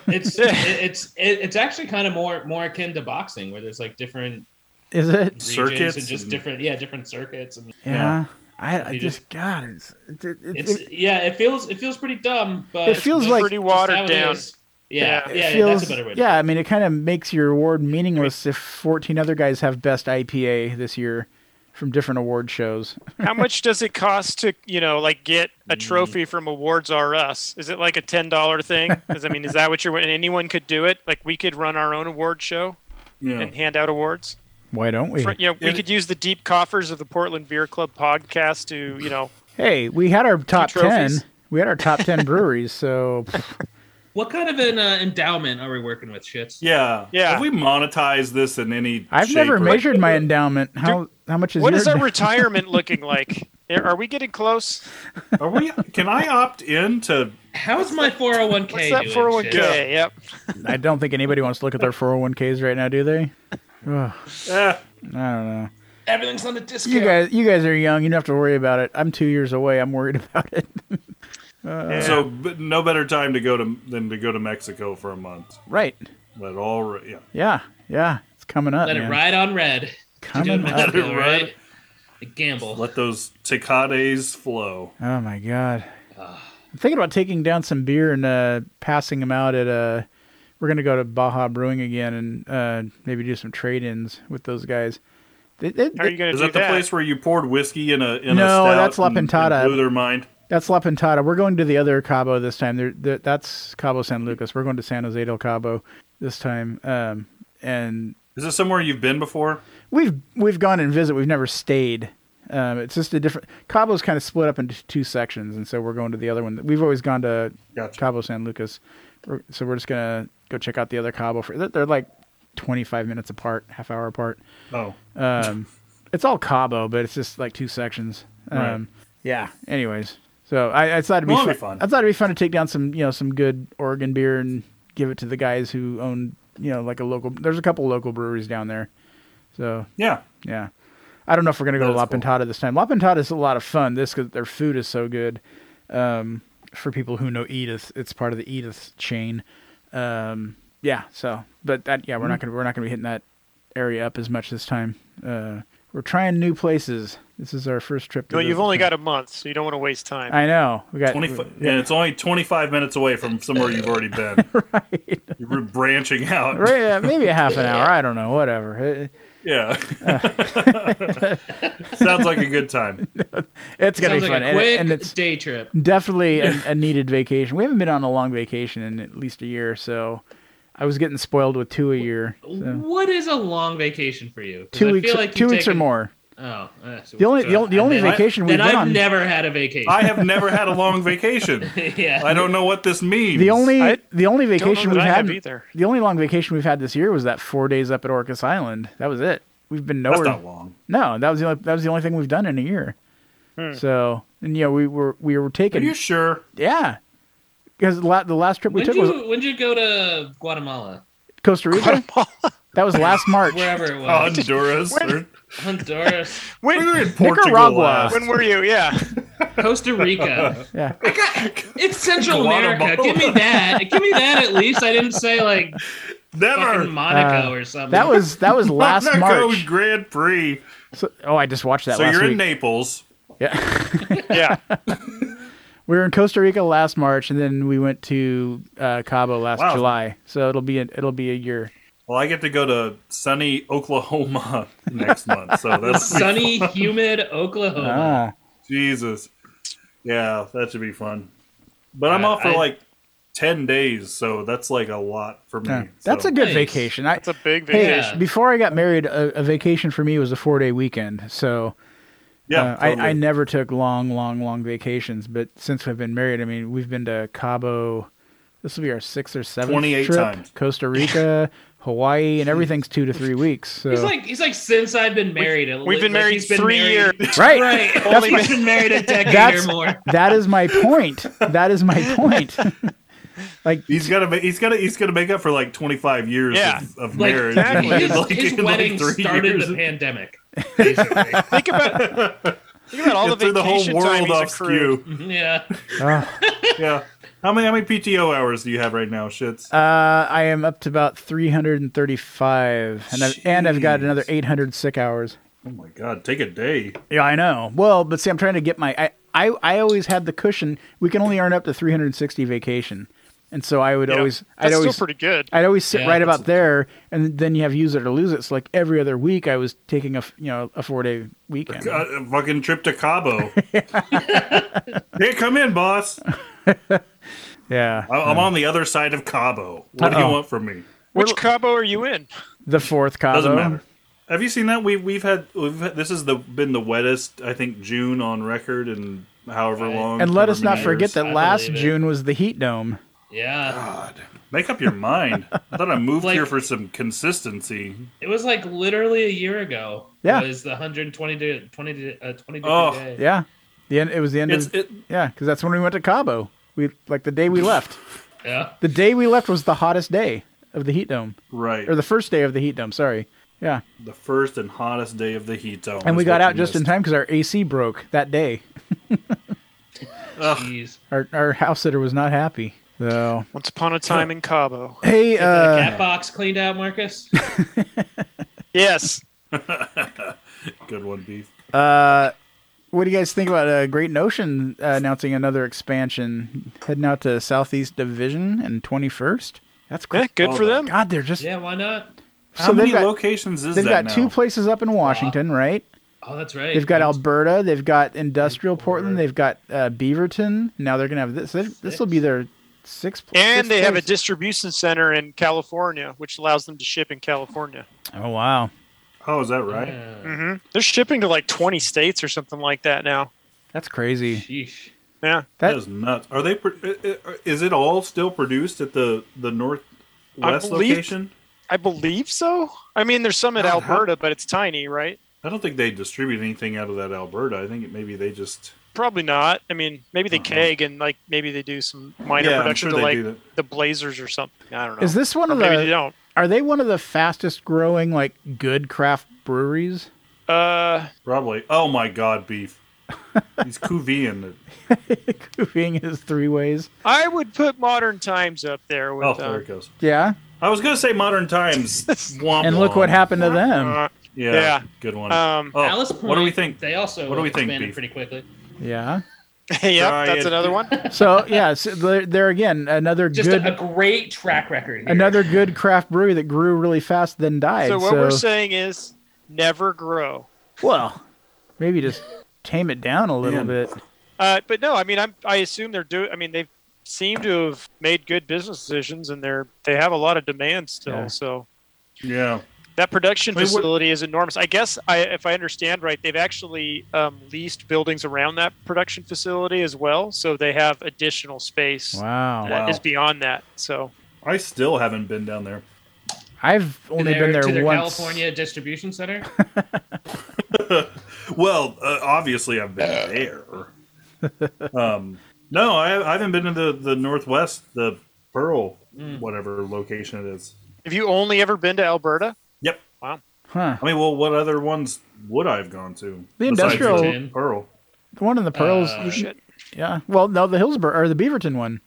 it's it- it's it, it's actually kind of more more akin to boxing where there's like different is it? regions Circuits and just and- different yeah different circuits and Yeah, Yeah. I, I You just, just- God, it's, it, it, it's it- yeah it feels it feels pretty dumb but It feels it's like- pretty just how watered it down. is. yeah Yeah, yeah, it yeah, feels- that's a better way to yeah, I mean, it kind of makes your award meaningless if 14 other guys have best IPA this year from different award shows. How much does it cost to, you know, like get a trophy from Awards R Us? Is it like a ten dollar thing? 'Cause, I mean, is that what you're? And anyone could do it. Like we could run our own award show Yeah. and hand out awards. Why don't we? For, you know, we And- could use the deep coffers of the Portland Beer Club podcast to, you know, Hey, we had our top 10. trophies. We had our top 10 breweries, so what kind of an uh, endowment are we working with shits Yeah. Yeah. Have we monetized this in any I've shape never or- measured my endowment. How how much is what your is our endow- retirement looking like? Are we getting close? Are we can I opt in to how's my 401k What's that doing, 401k? shits? Yep. I don't think anybody wants to look at their 401ks right now, do they? Ugh, eh, I don't know. everything's on a discount You guys you guys are young. You don't have to worry about it. I'm 2 years away. I'm worried about it. so but no better time to go to than to go to Mexico for a month. Right. But all right, yeah. Yeah. Yeah. It's coming up. let man. it ride on red Coming Doing up. it Mexico, ride. right? The gamble Let those Tecates flow. Oh my god. I'm thinking about taking down some beer and uh, passing them out at uh we're gonna go to Baja Brewing again and uh, maybe do some trade-ins with those guys. They- they- How are you going to Is do that the place where you poured whiskey in a in a No, stout that's La and- and Pintada. Blew their mind. That's La Pintada. We're going to the other Cabo this time. There, there, that's Cabo San Lucas. We're going to San Jose del Cabo this time. Um, and Is this somewhere you've been before? we've we've gone and visit. We've never stayed. Um, it's just a different. Cabo's kind of split up into two sections, and so we're going to the other one. We've always gone to Gotcha. Cabo San Lucas, We're- so we're just gonna go check out the other Cabo. For they're- they're like twenty five minutes apart, half hour apart. Oh, Um, it's all Cabo, but it's just like two sections. Um, Right. Yeah. Anyways, so I, I thought it'd be, Well, fun. it'll be fun. I thought it'd be fun to take down some, you know, some good Oregon beer and give it to the guys who own, you know, like a local. There's a couple local breweries down there. So yeah. yeah, I don't know if we're gonna go to La That is cool. Pintada this time. La Pintada is a lot of fun. This because their food is so good. Um, for people who know Edith, it's part of the Edith chain. Um, Mm-hmm. yeah. So, but that yeah, we're not gonna we're not gonna be hitting that area up as much this time. Uh, We're trying new places. This is our first trip. To Well, you've visit. only got a month, so you don't want to waste time. I know. We got. 25, yeah, it's only 25 minutes away from somewhere you've already been. right. You're branching out. Right, uh, maybe a half an hour. I don't know. Whatever. It- Yeah. Sounds like a good time. it's gonna Sounds be like fun, a and, quick and it's day trip. definitely a, a needed vacation. We haven't been on a long vacation in at least a year, so I was getting spoiled with two a year. So. What is a long vacation for you? 'Cause Two I weeks. feel like two you've weeks or taken- more. Oh, uh, so- The only- the so only- the only then I- vacation we've then been I've on- never had a vacation. I have never had a long vacation. yeah, I don't know what this means. The only I the only vacation that we've I had have either. the only long vacation we've had this year was that four days up at Orcas Island. That was it. We've been That's nowhere. not long. No, that was the only, that was the only thing we've done in a year. Hmm. So and you know we were we were Are taking you sure? yeah because the la- the last trip we When took did was you when did you go to Guatemala? Costa Rica. that was last March. Wherever it Oh, was, Uh, Honduras. or- Honduras, We were in Nicaragua. Portugal last. When were you? Yeah. Costa Rica. Yeah, It's Central Guatemala. America. Give me that. Give me that at least. I didn't say like fucking Never. Monaco Uh, or something. that was that was last Monaco March. Grand Prix. So, oh, I just watched that so last you're week. in Naples. yeah, Yeah. we were in Costa Rica last March, and then we went to uh, Cabo last Wow. July. So it'll be a, it'll be a year. Well, I get to go to sunny Oklahoma next month. So that's sunny, humid Ah, Oklahoma. Jesus. Yeah, that should be fun. But I'm Uh, off for I- like 10 days, so that's like a lot for me. yeah. that's Hmm. so. a good Nice. vacation. I, It's a big hey, vacation. before I got married, a, a vacation for me was a four day weekend. So Yeah, Uh, I, I never took long, long, long vacations, but since we've been married, I mean, we've been to Cabo. This will be our sixth or seventh 28 trip. times. Costa Rica, Hawaii, and everything's two to three weeks. So He's like he's like since I've been married. it We've looks been like married he's been three married- years. right. Right. That's Only my- been married a decade That's- or more. that is my point. That is my point. like He's gotta. ma- He's gotta. He's gonna make up for like twenty five years Yeah. of, of Like, marriage. exactly. in, His, like, his in, like, wedding three started years. the pandemic. Basically. Think about think about all the It threw the whole vacation time world he's off accrued. skew. yeah. oh, Yeah. How many how many PTO hours do you have right now, shits? uh, I am up to about three hundred and thirty-five, and I've, and I've got Jeez. another eight hundred sick hours. oh my god, take a day. Yeah, I know. Well, but see, I'm trying to get my. I I, I always had the cushion. We can only earn up to 360 vacation, and so I would Yeah. always. I'd That's always. still pretty good. I'd always sit Yeah, right that's- about there, and then you have use it or lose it. So like every other week, I was taking a f- you know a four day weekend. God, a fucking trip to Cabo. hey, come in, boss. I- Yeah, I'm on the other side of Cabo. What do you Uh-oh. want from me? Which Cabo are you in? the fourth Cabo. Doesn't matter. Have you seen that? We've we've had, we've had this has the been the wettest I think June on record and however Right. long. And let however us not many forget years. that I last believe it. June was the heat dome. Yeah. God, make up your mind. I thought I moved Like- here for some consistency. It was like literally a year ago. Yeah. was the 120 day, 20 day, uh, 20 degree Oh, day. Yeah, the end. It was the end It's of it. yeah, because that's when we went to Cabo. We like the day we left. Yeah. The day we left was the hottest day of the heat dome. Right, or the, the first day of the heat dome. Sorry. Yeah, first and hottest day of the heat dome, and we is got what out you just in missed. time because our AC broke that day. Jeez. Our our house sitter was not happy. So Once upon a time in Cabo. hey, the uh, cat box cleaned out, Marcus. Yes. Good one, beef. uh, what do you guys think about uh, Great Notion uh, announcing another expansion, heading out to Southeast Division and Twenty First? That's Yeah, great. good Hold for on. them. God, they're just yeah, why not? How so many they've got locations is they've got that now? two places up Uh-huh. in Washington, right? Oh, that's right. They've got That's- Alberta, they've got industrial Vancouver. Portland, they've got uh, Beaverton. Now they're gonna have this. This will be their sixth. And sixth they have a place. distribution center in California, which allows them to ship in California. Oh wow. oh, is that right? Yeah. hmm They're shipping to like 20 states or something like that now. That's crazy. Sheesh. Yeah. That- that is nuts. Are they? pro- i- i- Is it all still produced at the the northwest believe- location? I believe so. I mean, there's some in How- how- Alberta, but it's tiny, right? I don't think they distribute anything out of that Alberta. I think maybe they just Probably not. I mean, maybe they Uh-huh. keg and like maybe they do some minor Yeah, I'm production sure to they like do that. the Blazers or something. I don't know. Is this one or of maybe they the? don't. Are they one of the fastest growing like good craft breweries? Uh, probably. Oh my God, beef! He's Cuvian. it. Goofing is three ways. I would put Modern Times up there Oh, with. there uh, it goes. Yeah, I was gonna say modern times. Womp and look womp. what happened to them. uh, Yeah, Yeah. good one. Um, oh, Alice what do we Point, think? They also What do we think, expanded Beef? pretty quickly. Yeah. yep, that's Brian. another one. So yeah, so there, there again, another Just good, a, a great track record. Here. another good craft brewery that grew really fast, then died. So what we're saying is never grow. well, maybe just tame it down a little Man. bit. Uh, but no, I mean, I'm, I assume they're doing. I mean, they seem to have made good business decisions, and they're they have a lot of demand still. Yeah. So Yeah, that production Wait, what- facility is enormous. I guess, I, if I understand right, they've actually um, leased buildings around that production facility as well, so they have additional space Wow. that Wow. is beyond that. So I still haven't been down there. I've To only their- been there to their once. California distribution center. Well, uh, obviously I've been there. um, no, I, I haven't been to the, the Northwest, the Pearl, Mm. whatever location it is. have you only ever been to Alberta? Yep. Huh. I mean, well, what other ones would I have gone to? The besides industrial- the Pearl. The one in the Pearls. Uh, you should- Oh, Shit. yeah. Well, no, the Hillsborough or the Beaverton one.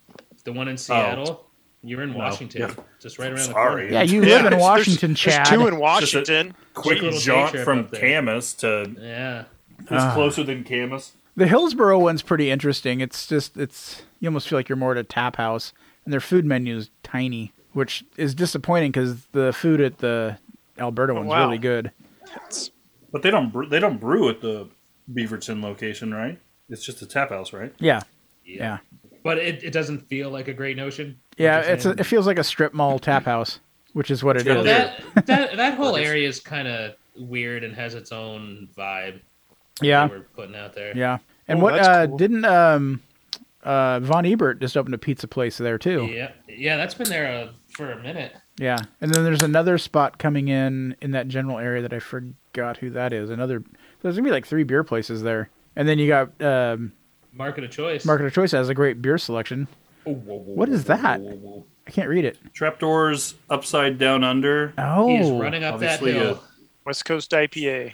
The one in Seattle. You're in Washington, Oh. Yeah. just right around Sorry. Yeah, you Yeah, live in there's- Washington, there's, Chad. There's two in Just a- Washington. Quick little day jaunt trip from up there. Camas to the corner. Yeah. It's Ah. closer than Camas. The Hillsborough one's pretty interesting. It's just it's you almost feel like you're more at a tap house, and their food menu is tiny, which is disappointing because the food at the Alberta one's Oh, wow. really good. But they don't bre- they don't brew at the Beaverton location, right? It's just a tap house, right? Yeah, Yeah. yeah, But it, it doesn't feel like a great notion. yeah. Like you're It's a, saying. it feels like a strip mall tap house, which is what it Yeah, is. Well, that, that that whole It is. area is kind of weird and has its own vibe. Yeah, that we're putting out there. yeah. And Oh, what that's uh, cool. didn't um, uh, Von Ebert just opened a pizza place there too? yeah, yeah. That's been there uh, for a minute. Yeah, and then there's another spot coming in in that general area that I forgot who that is. Another there's gonna be like three beer places there, and then you got um, Market of choice. Market of Choice has a great beer selection. Oh, whoa, whoa, What whoa, is whoa, that? whoa, whoa. I can't read it. Trapdoors upside down under. Oh, He is running up that Obviously, hill. uh, West Coast IPA.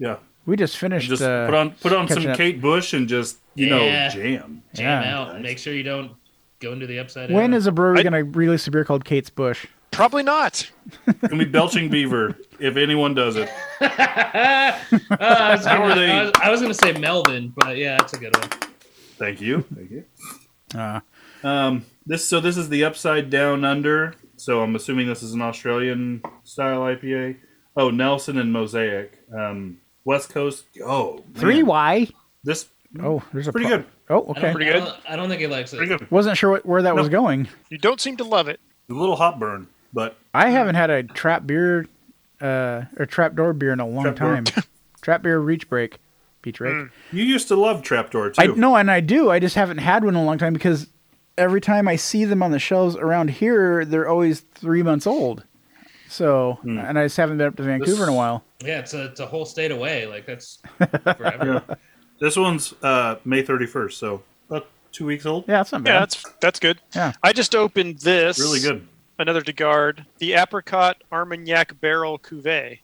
Yeah. we just finished. Just uh, put on put on some catching up. Kate Bush and just you Yeah. know jam. Jam yeah. out. Make sure you don't go into the upside. when down. is a brewery I- gonna release a beer called Kate's Oh, Bush? Probably not. Gonna be belching beaver if anyone does it. Uh, I, was How gonna, are they- I was- I was gonna say Melvin, but yeah, that's a good one. Thank you. Thank you. Uh, Um, this so this is the upside down under. So I'm assuming this is an Australian style IPA. Oh, Nelson and Mosaic. Um, West Coast. Oh, man. three Y. This Oh, there's a pretty pro- good. Oh, I don't, okay. Pretty good. I don't, I don't think he likes it. Pretty good. Wasn't sure what, where that was No. going. You don't seem to love it. A little hot burn, but I haven't had a trap beer uh, or trap door beer in a long Trap door. Mm. time. trap beer reach break, beach break. you used to love Trapdoor too. I no, and I do. I just haven't had one in a long time because every time I see them on the shelves around here, they're always three months old. So, Mm. and I just haven't been up to Vancouver in a while. Yeah, it's a, it's a whole state away. Like that's forever. This one's uh, May 31st, so about two weeks old. Yeah, it's not Yeah, bad. that's that's good. Yeah. I just opened this. Really good. Another Degard, the Apricot Armagnac Barrel Cuvée.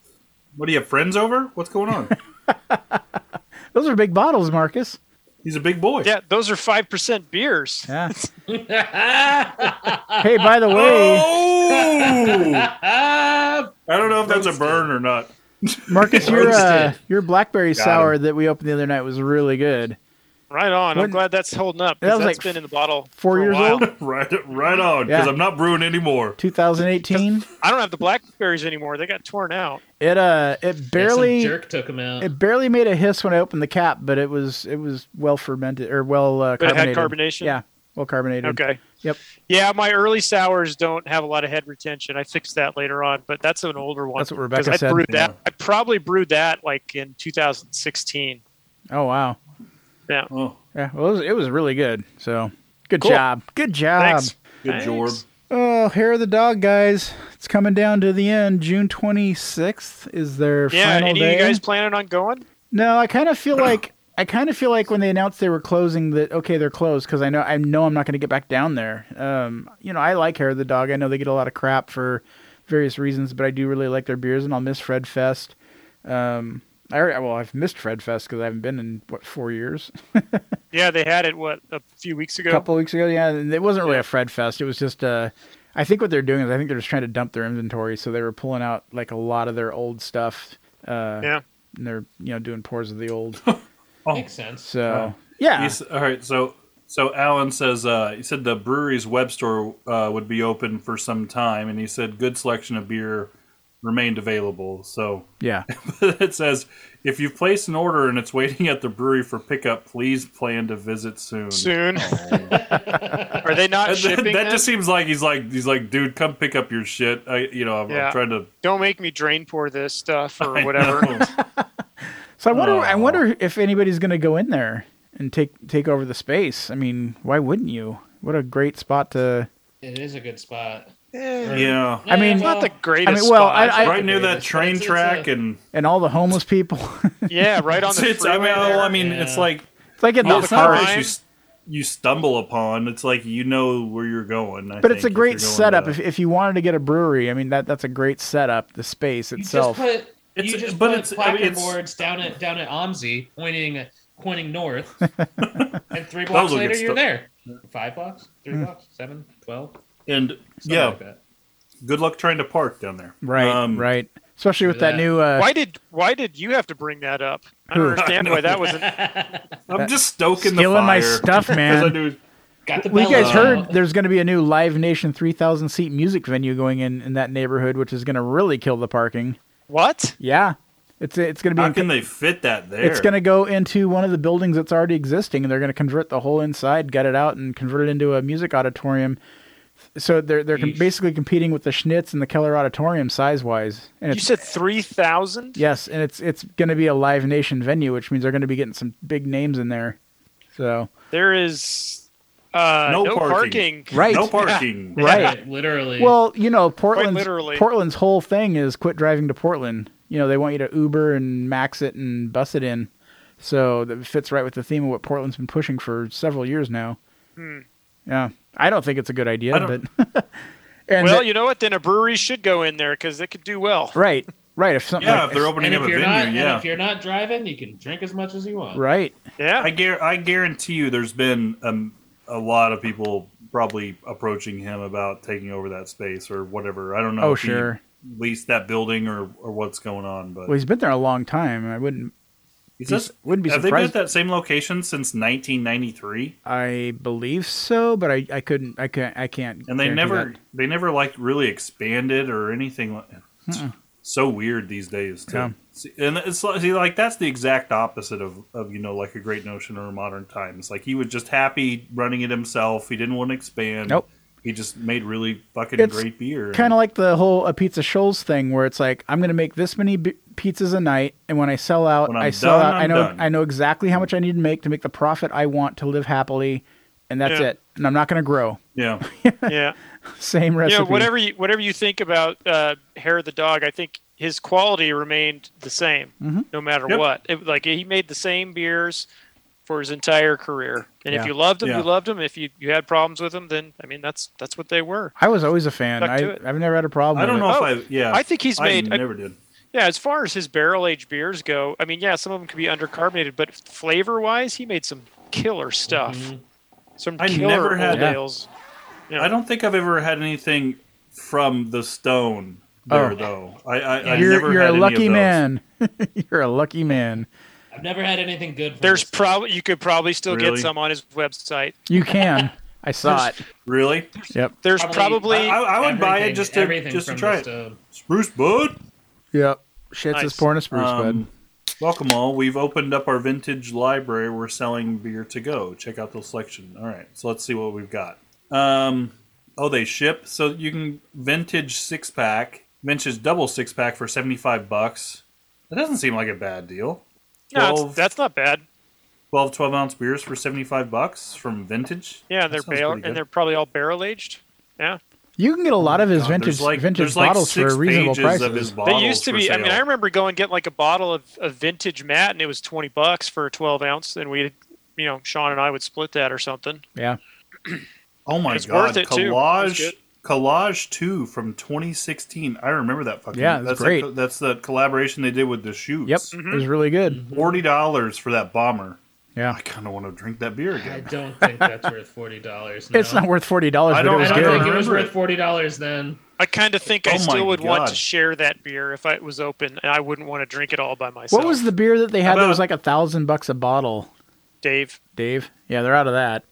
What do you have friends over? What's going on? Those are big bottles, Marcus. He's a big boy. Yeah, those are five percent beers. Yeah. hey, by the way, Oh! Ah, I don't know if that's a Roasted. burn or not. Marcus, your uh, Roasted. your blackberry Got sour that we opened the other night was really good. Right on. I'm When- glad that's holding up. That That was has like been in the bottle four for a years while. old? Right, right on. Because Yeah. I'm not brewing anymore. 2018. I don't have the blackberries anymore. They got torn out. It uh, it yeah, barely some jerk took him out. It barely made a hiss when I opened the cap, but it was it was well fermented or well uh, But it had carbonated. carbonation? Yeah, well carbonated. Okay. Yep. Yeah, my early sours don't have a lot of head retention. I fixed that later on, but that's an older one. That's what Rebecca 'Cause I said. Brewed Yeah. that. I probably brewed that like in 2016. Oh wow. Yeah. Oh, Yeah. Well, it was, it was really good. So good Cool. job. Good job. Thanks. good Thanks. jorb. Oh, hair of the dog, guys. It's coming down to the end. June twenty sixth is their Yeah. final Any day. of you guys planning on going? No, I kind of feel like I kind of feel like when they announced they were closing that okay they're closed because I know I know I'm not going to get back down there. Um, you know I like Hair of the Dog. I know they get a lot of crap for various reasons, but I do really like their beers and I'll miss Fred Fest. Um, I alre- well I've missed Fred Fest because I haven't been in what four years, Yeah, they had it what a few weeks ago. a couple weeks ago. Yeah, and it wasn't really a Fred Fest. It was just uh, I think what they're doing is I think they're just trying to dump their inventory, so they were pulling out like a lot of their old stuff. Uh, Yeah. And they're you know doing pours of the old. Makes sense. So Wow. You yeah, s- all right, so so Alan says uh, he said the brewery's web store uh, would be open for some time, and he said good selection of beer remained available. So yeah. it says if you've placed an order and it's waiting at the brewery for pickup, please plan to visit soon. soon. Are they not Oh. And th- shipping? that them? just seems like he's like he's like, dude, come pick up your shit. I, you know, I'm, Yeah. I'm trying to Don't make me drain pour this stuff or I whatever. know. So I wonder. I Oh. wonder if anybody's going to go in there and take take over the space. I mean, why wouldn't you? What a great spot to. It is a good spot. Eh, yeah, I mean- it's not the well, greatest. I mean, well, spot. I- right near that It's- train it's a- track and And all the homeless people. yeah, right on it's, the. it's- I mean, freeway well, there. I mean, it's Yeah. like it's like in well, the it's not car. a place you Time. s- you stumble upon. It's like you know where you're going. I But it's a think, if great you're going setup. to- If, if you wanted to get a brewery, I mean that that's a great setup. The space You itself. just put, It's- you just but put it's- I placard mean, it's- boards down at down at OMSI, pointing pointing north, and three Those blocks will later get you're stuck. there. Five blocks, three Mm. blocks, seven, twelve, and something yeah, like that. good luck trying to park down there. right. Um, right. Especially with that that. new. Uh, why did why did you have to bring that up? I Who? don't understand why that was. an I'm just stoking the fire. stealing my stuff, 'Cause I man. do- Got the Well, you bellows guys out. heard there's going to be a new Live Nation 3,000 seat music venue going in in that neighborhood, which is going to really kill the parking. What? Yeah, it's it's going to be How in- can they fit that there? it's going to go into one of the buildings that's already existing, and they're going to convert the whole inside, gut it out, and convert it into a music auditorium. So they're they're com- Yeesh. basically competing with the Schnitz and the Keller Auditorium size wise, and You it's said three thousand? yes, and it's it's going to be a Live Nation venue, which means they're going to be getting some big names in there. So There is uh, No no, parking. parking. right, no parking. Right. Literally. Well, you know, Portland's literally. Portland's whole thing is quit driving to Portland. You know, they want you to Uber and max it and bus it in. So that fits right with the theme of what Portland's been pushing for several years now. Yeah. I don't think it's a good idea, Hmm. I but don't- and well, that- you know what? Then a brewery should go in there because it could do well. right. Right. If something Yeah, like- if they're and opening if up a you're venue, not, and yeah. if you're not driving, you can drink as much as you want. right. Yeah. I, guar- I guarantee you there's been um, a lot of people probably approaching him about taking over that space or whatever. I don't know Oh, if he sure. leased that building or, or what's going on. But Well, he's been there a long time. I wouldn't he says, wouldn't be have they been at surprised. that same location since 1993? I believe so, but I, I couldn't I can't I can't And they guarantee never that. they never like really expanded or anything. Like, So weird these days too. Yeah. See, and it's like- see, like that's the exact opposite of, of you know like a great notion or modern times. Like he was just happy running it himself. He didn't want to expand. Nope. He just made really fucking It's great beer. kind of like the whole a pizza shoals thing where it's like i'm going to make this many b- pizzas a night and when i sell out When i I'm sell done, out i I'm know done. i know exactly how much i need to make to make the profit i want to live happily and that's Yeah. it and i'm not going to grow yeah. yeah. same Yeah. recipe Whatever you whatever you think about uh, Hair of the Dog, I think his quality remained the same no matter Mm-hmm. Yep. what. It, like he made the same beers for his entire career, and Yeah. if you loved him, Yeah. you loved him. If you, you had problems with him, then I mean that's that's what they were. i was always a fan Stuck to I, it. i've never had a problem I don't with know it. Oh, if I yeah. I think he's made- I I- never did. Yeah, as far as his barrel aged beers go, I mean, yeah, some of them could be undercarbonated, but flavor wise, he made some killer stuff. Some I killer never had- old Yeah. ales. I don't think I've ever had anything from the stone there Oh. though. I, I, I you're, never you're had a any of lucky those. man you're a lucky man I've never had anything good. From There's this. probably you could probably still Really? get some on his website. you can i saw it Really? yep There's Probably- probably, I, I would buy it Everything- just to everything just to from try the it. stove. Spruce bud. yep shit's is Nice. pouring a spruce bud Um, welcome all. We've opened up our vintage library. We're selling beer to go. Check out the selection. All right, so let's see what we've got. Um, oh, they ship. So you can vintage six pack, vintage double six pack for seventy five bucks. That doesn't seem like a bad deal. no, it's- 12, that's not bad. 12, 12 ounce beers for seventy five bucks from vintage. Yeah, That they're sounds barrel pretty good. and they're probably all barrel aged. Yeah, you can get a lot of his oh God, vintage there's like, vintage there's like bottles for six a reasonable pages price Of his they bottles used to for be. I mean, sale. I remember going get like a bottle of, of vintage Matt, and it was twenty bucks for twelve ounce, and we, you know, Sean and I would split that or something. yeah Oh my It's god, worth it, too. collage It's good. collage two from 2016. I remember that fucking. Yeah, it's that's great. the- that's the collaboration they did with the shoots. yep Mm-hmm. it was really good forty dollars for that bomber. yeah I kind of want to drink that beer I again. don't think that's worth forty dollars. It's not worth forty dollars, I but it don't- was I I don't good. think it was remember worth it. forty dollars then. I kind of think I Oh my still would want to God. share that beer if it was open, and I wouldn't want to drink it all by myself. What was the beer that they had that was about- like a thousand bucks a bottle, Dave? Dave? Yeah, they're out of that.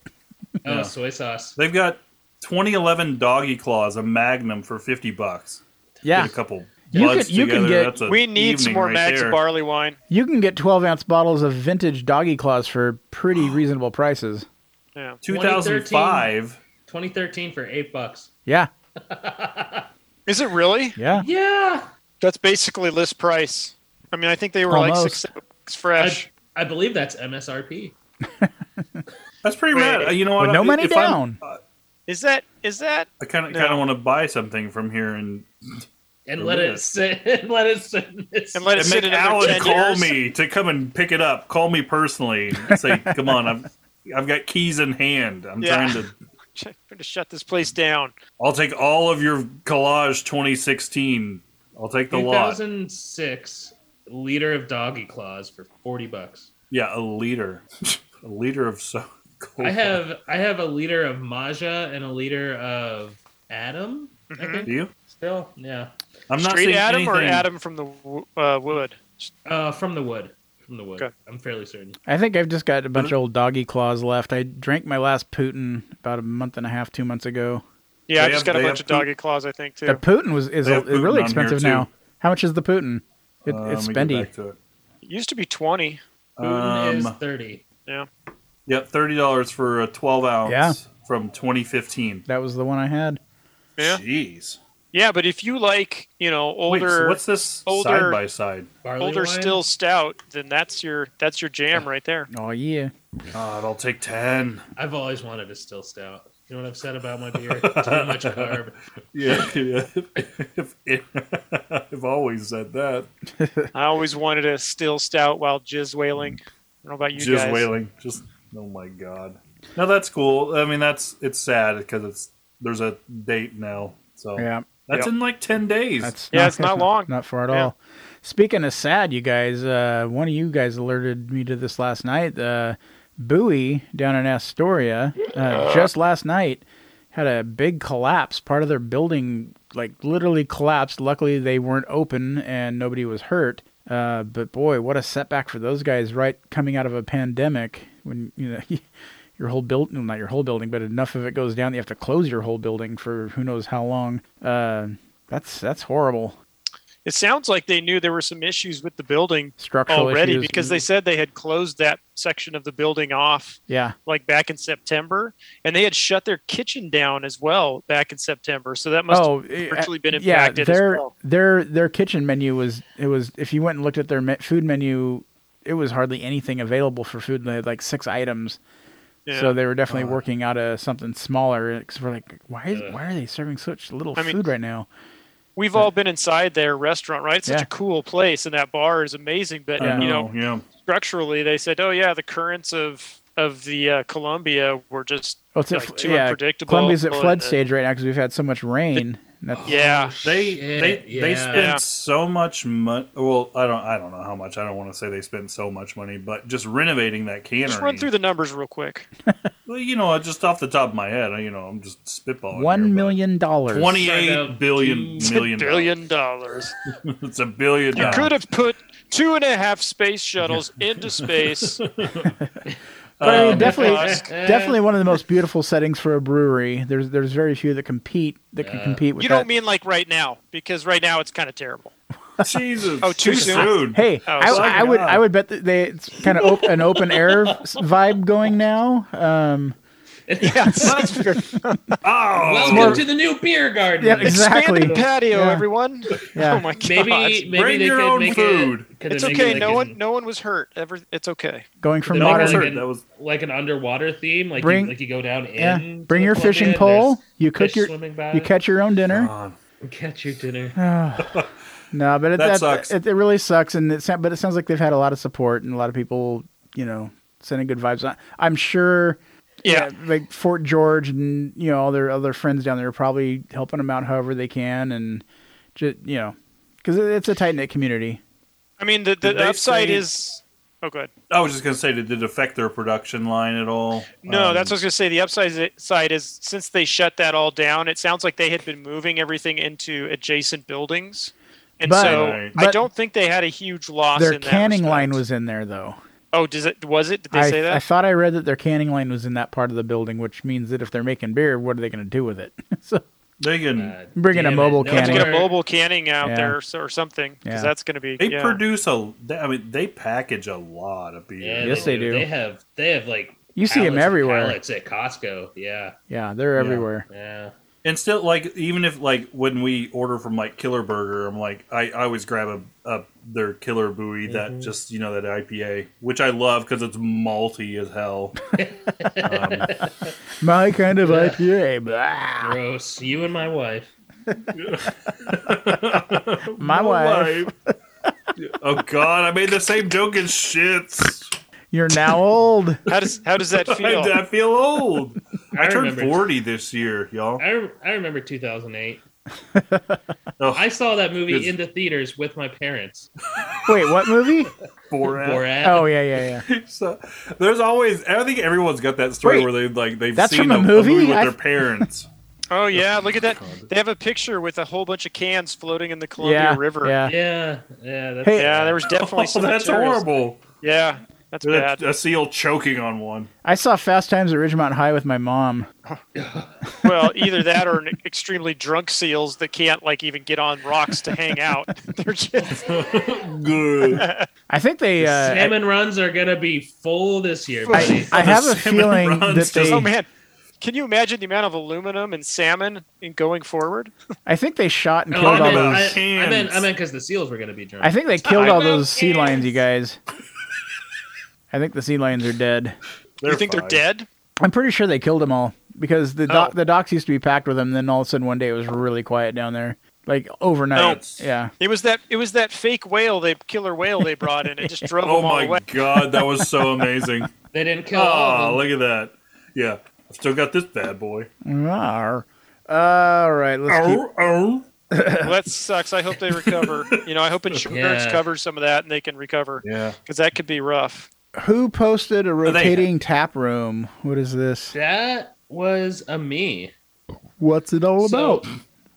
Oh, Yeah. soy sauce. They've got 2011 Doggy Claws, a Magnum for 50 bucks. Yeah, Get a couple. You buds could- you could together, get- that's a We need some evening more right Mags there. barley wine. you can get twelve ounce bottles of vintage doggy claws for pretty reasonable prices. Yeah. 2005. 2013 for eight bucks. Yeah, Is it really? yeah. Yeah, That's basically list price. I mean, I think they were like Almost. six bucks I, fresh. I believe that's MSRP. That's pretty Wait. rad. Uh, You know what? With no money if I'm- down. Is that is that I kind of No. kind of want to buy something from here and, And It let it is. sit. And let it sit. and let it and sit make another Alan 10 call years? me to come and pick it up. Call me personally. And say, come on, I've I've got keys in hand. I'm Yeah. trying to. I'm going to shut this place down. I'll take all of your collage 2016. I'll take the lot. 2006 liter of doggy claws for 40 bucks. Yeah, a liter, a liter of so. I have I have a liter of Maja and a liter of Adam. Mm-hmm. I think Do you? still yeah. I'm not Straight seeing Adam or anything. Adam from the w- uh, wood? Uh, from the wood. From the wood. Okay. I'm fairly certain. I think I've just got a bunch of old doggy claws left. I drank my last Putin about a month and a half, two months ago. Yeah, I They just have- got a they bunch have of doggy claws, I think, too. The Putin was is They have Putin really on here, expensive too. now. How much is the Putin? It, Uh, it's let me go spendy. back to it. It used to be 20. Putin is Um, 30. Yep, thirty dollars for a twelve ounce Yeah. from twenty fifteen. That was the one I had. Yeah. Jeez. Yeah, but if you like, you know, Wait, so older what's this older- side by side? Barley older wine? still stout, then that's your that's your jam right there. Oh yeah. God, I'll take ten. I've always wanted a still stout. You know what I've said about my beer? Too much carb. Yeah, yeah. If- I've always said that. I always wanted a still stout while jizz whaling. I don't know about you Just guys. Mm. wailing. Just oh my god. No, that's cool. I mean, that's it's sad because it's there's a date now. So Yeah. that's Yep. in like ten days. That's Yeah, it's not long. Not far at Yeah. all. Speaking of sad, you guys, uh, one of you guys alerted me to this last night. Uh, Bowie down in Astoria, uh, just last night, had a big collapse. Part of their building, like, literally collapsed. Luckily, they weren't open and nobody was hurt. Uh, but boy, what a setback for those guys, right? Coming out of a pandemic when, you know. your whole building, not your whole building, but enough of it goes down that you have to close your whole building for who knows how long. Uh, that's that's horrible. It sounds like they knew there were some issues with the building Structural already issues. mm. because they said they had closed that section of the building off yeah like back in September and they had shut their kitchen down as well back in September. So that must oh have it- virtually been yeah impacted as their well. their their kitchen menu was it was if you went and looked at their me- food menu it was hardly anything available for food and they had like six items Yeah. so they were definitely Uh. working out of something smaller because we're like why is, Ugh. why are they serving such little I mean- food right now We've all been inside their restaurant, right? It's such Yeah. a cool place and that bar is amazing, but I you know, know, yeah. structurally they said oh yeah the currents of of the uh, columbia were just oh it's Like, at, too yeah unpredictable, Columbia's at but, flood uh, stage right now because we've had so much rain and that's- yeah they Oh, Shit, they they yeah. spent Yeah. so much money. Well, I don't I don't know how much. I don't want to say they spent so much money, but just renovating that cannery. just run through the numbers real quick well, you know, just off the top of my head, you know, I'm just spitballing. one million dollars Sorry, no. Twenty-eight billion Two million dollars. billion dollars It's a billion. you dollars. could have put two and a half space shuttles into space But I mean, Um, Oh, definitely, Musk. definitely one of the most beautiful settings for a brewery. There's there's very few that compete that can Uh, compete with you that. don't mean like right now because right now it's kind of terrible Jesus. Oh, too soon? Hey, Oh, I, sorry. I would I would bet that they it's kind of op- an open air vibe going now. Um, yeah, Oh, Welcome to the new beer garden. Yeah, ex- Exactly. expanded patio Yeah. everyone Yeah. oh my god Maybe maybe Bring they your could own make food. It, could it's they make okay it no like one an- no one was hurt Every, it's okay going from They don't modern. really Sorry, that was like an underwater theme. Like Bring- you, like you go down Yeah, in. bring to your fishing Columbia and pole. there's You cook fish your swimming by. you catch your own dinner. God. catch your dinner. Oh. no, but it, That that, sucks. It, it really sucks, and it sound- but it sounds like they've had a lot of support and a lot of people, you know, sending good vibes. On. I'm sure. yeah like Fort George and you know all their other friends down there are probably helping them out however they can, and just you know, because it's a tight knit community. I mean, the, the Did they upside say- is Oh, good. I was just gonna say, did it affect their production line at all? No, Um, that's what I was going to say. The upside is- side is since they shut that all down, it sounds like they had been moving everything into adjacent buildings. And But- so Right. I but- don't think they had a huge loss Their in that canning respect. line was in there though. Oh, does it was it? Did they I, say I that? thought I read that their canning line was in that part of the building, which means that if they're making beer, what are they going to do with it? so they can. Uh, Mm. Bring in a damn it, mobile no Let's canning. get a more- mobile canning out Yeah. there or, so- or something because Yeah. that's going to be. they yeah. produce a. They, I mean, they package a lot of beer. Yeah, Yes, they do. They have they have like you see them pallets and everywhere. pallets at Costco. Yeah, Yeah, they're Yeah. everywhere. yeah. And still, like, even if like when we order from like Killer Burger, I'm like, I, I always grab a, a their Killer Buoy Mm-hmm. that just you know that IPA, which I love because it's malty as hell. um, My kind of IPA. Blah. Gross. You and my wife. My wife. oh God, I made the same joke as shit. You're now old. How does how does that I, feel? I feel old. I, I turned remember. forty this year, y'all. I, rem- I remember 2008. Oh. I saw that movie It's- in the theaters with my parents. Wait, what movie? Borat. Borat. Oh yeah, yeah, yeah. So, there's always. I think everyone's got that story Wait, where they like they've that's seen from a movie? with I- their parents. oh yeah, look at that. They have a picture with a whole bunch of cans floating in the Columbia yeah, River. Yeah. Yeah, yeah. That's, Hey- Yeah, there was definitely oh, some that's materials. horrible. Yeah, that's bad. A, a seal choking on one. I saw Fast Times at Ridgemont High with my mom. Well, either that or an extremely drunk seals that can't like even get on rocks to hang out. They're just Good. I think they. Uh, salmon runs are gonna be full this year. buddy. I, I have a Salmon feeling runs that just- they. oh man. Can you imagine the amount of aluminum and salmon in going forward? I think they shot and No, killed Oh, I all meant, those. I, those I meant I cans. meant because the seals were gonna be drunk. I think they killed all about those sea lions, cans? you guys. I think the sea lions are dead. you think fine. they're dead? I'm pretty sure they killed them all because the doc, Oh. the docks used to be packed with them. Then all of a sudden one day it was really quiet down there, like overnight. Oh. Yeah, It was that it was that fake whale, they killer whale they brought in. It just drove Oh them all my away. god, that was so amazing. they didn't kill all oh, of them. look at that. Yeah. I've still got this bad boy. Rawr. all right. Let's keep. Ow, ow. Well, that sucks. I hope they recover. You know, I hope insurance Yeah. covers some of that and they can recover Yeah. because that could be rough. Who posted a they- rotating tap room? What is this? That was a me. What's it all So- about?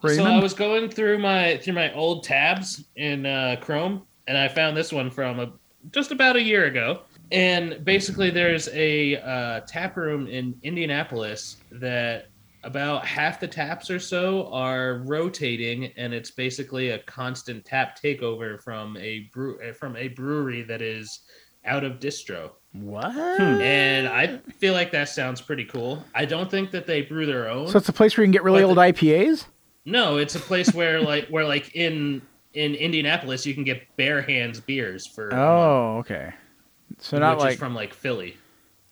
Raymond? So I was going through my through my old tabs in uh, Chrome, and I found this one from a, just about a year ago. And basically, there's a uh, tap room in Indianapolis that about half the taps or so are rotating, and it's basically a constant tap takeover from a brew uh, from a brewery that is out of distro. what? Hmm. And I feel like that sounds pretty cool. I don't think that they brew their own. So it's a place where you can get really But old IPAs. No, it's a place where like where like in in Indianapolis you can get bare hands beers for Oh, okay. So which not is like from like Philly.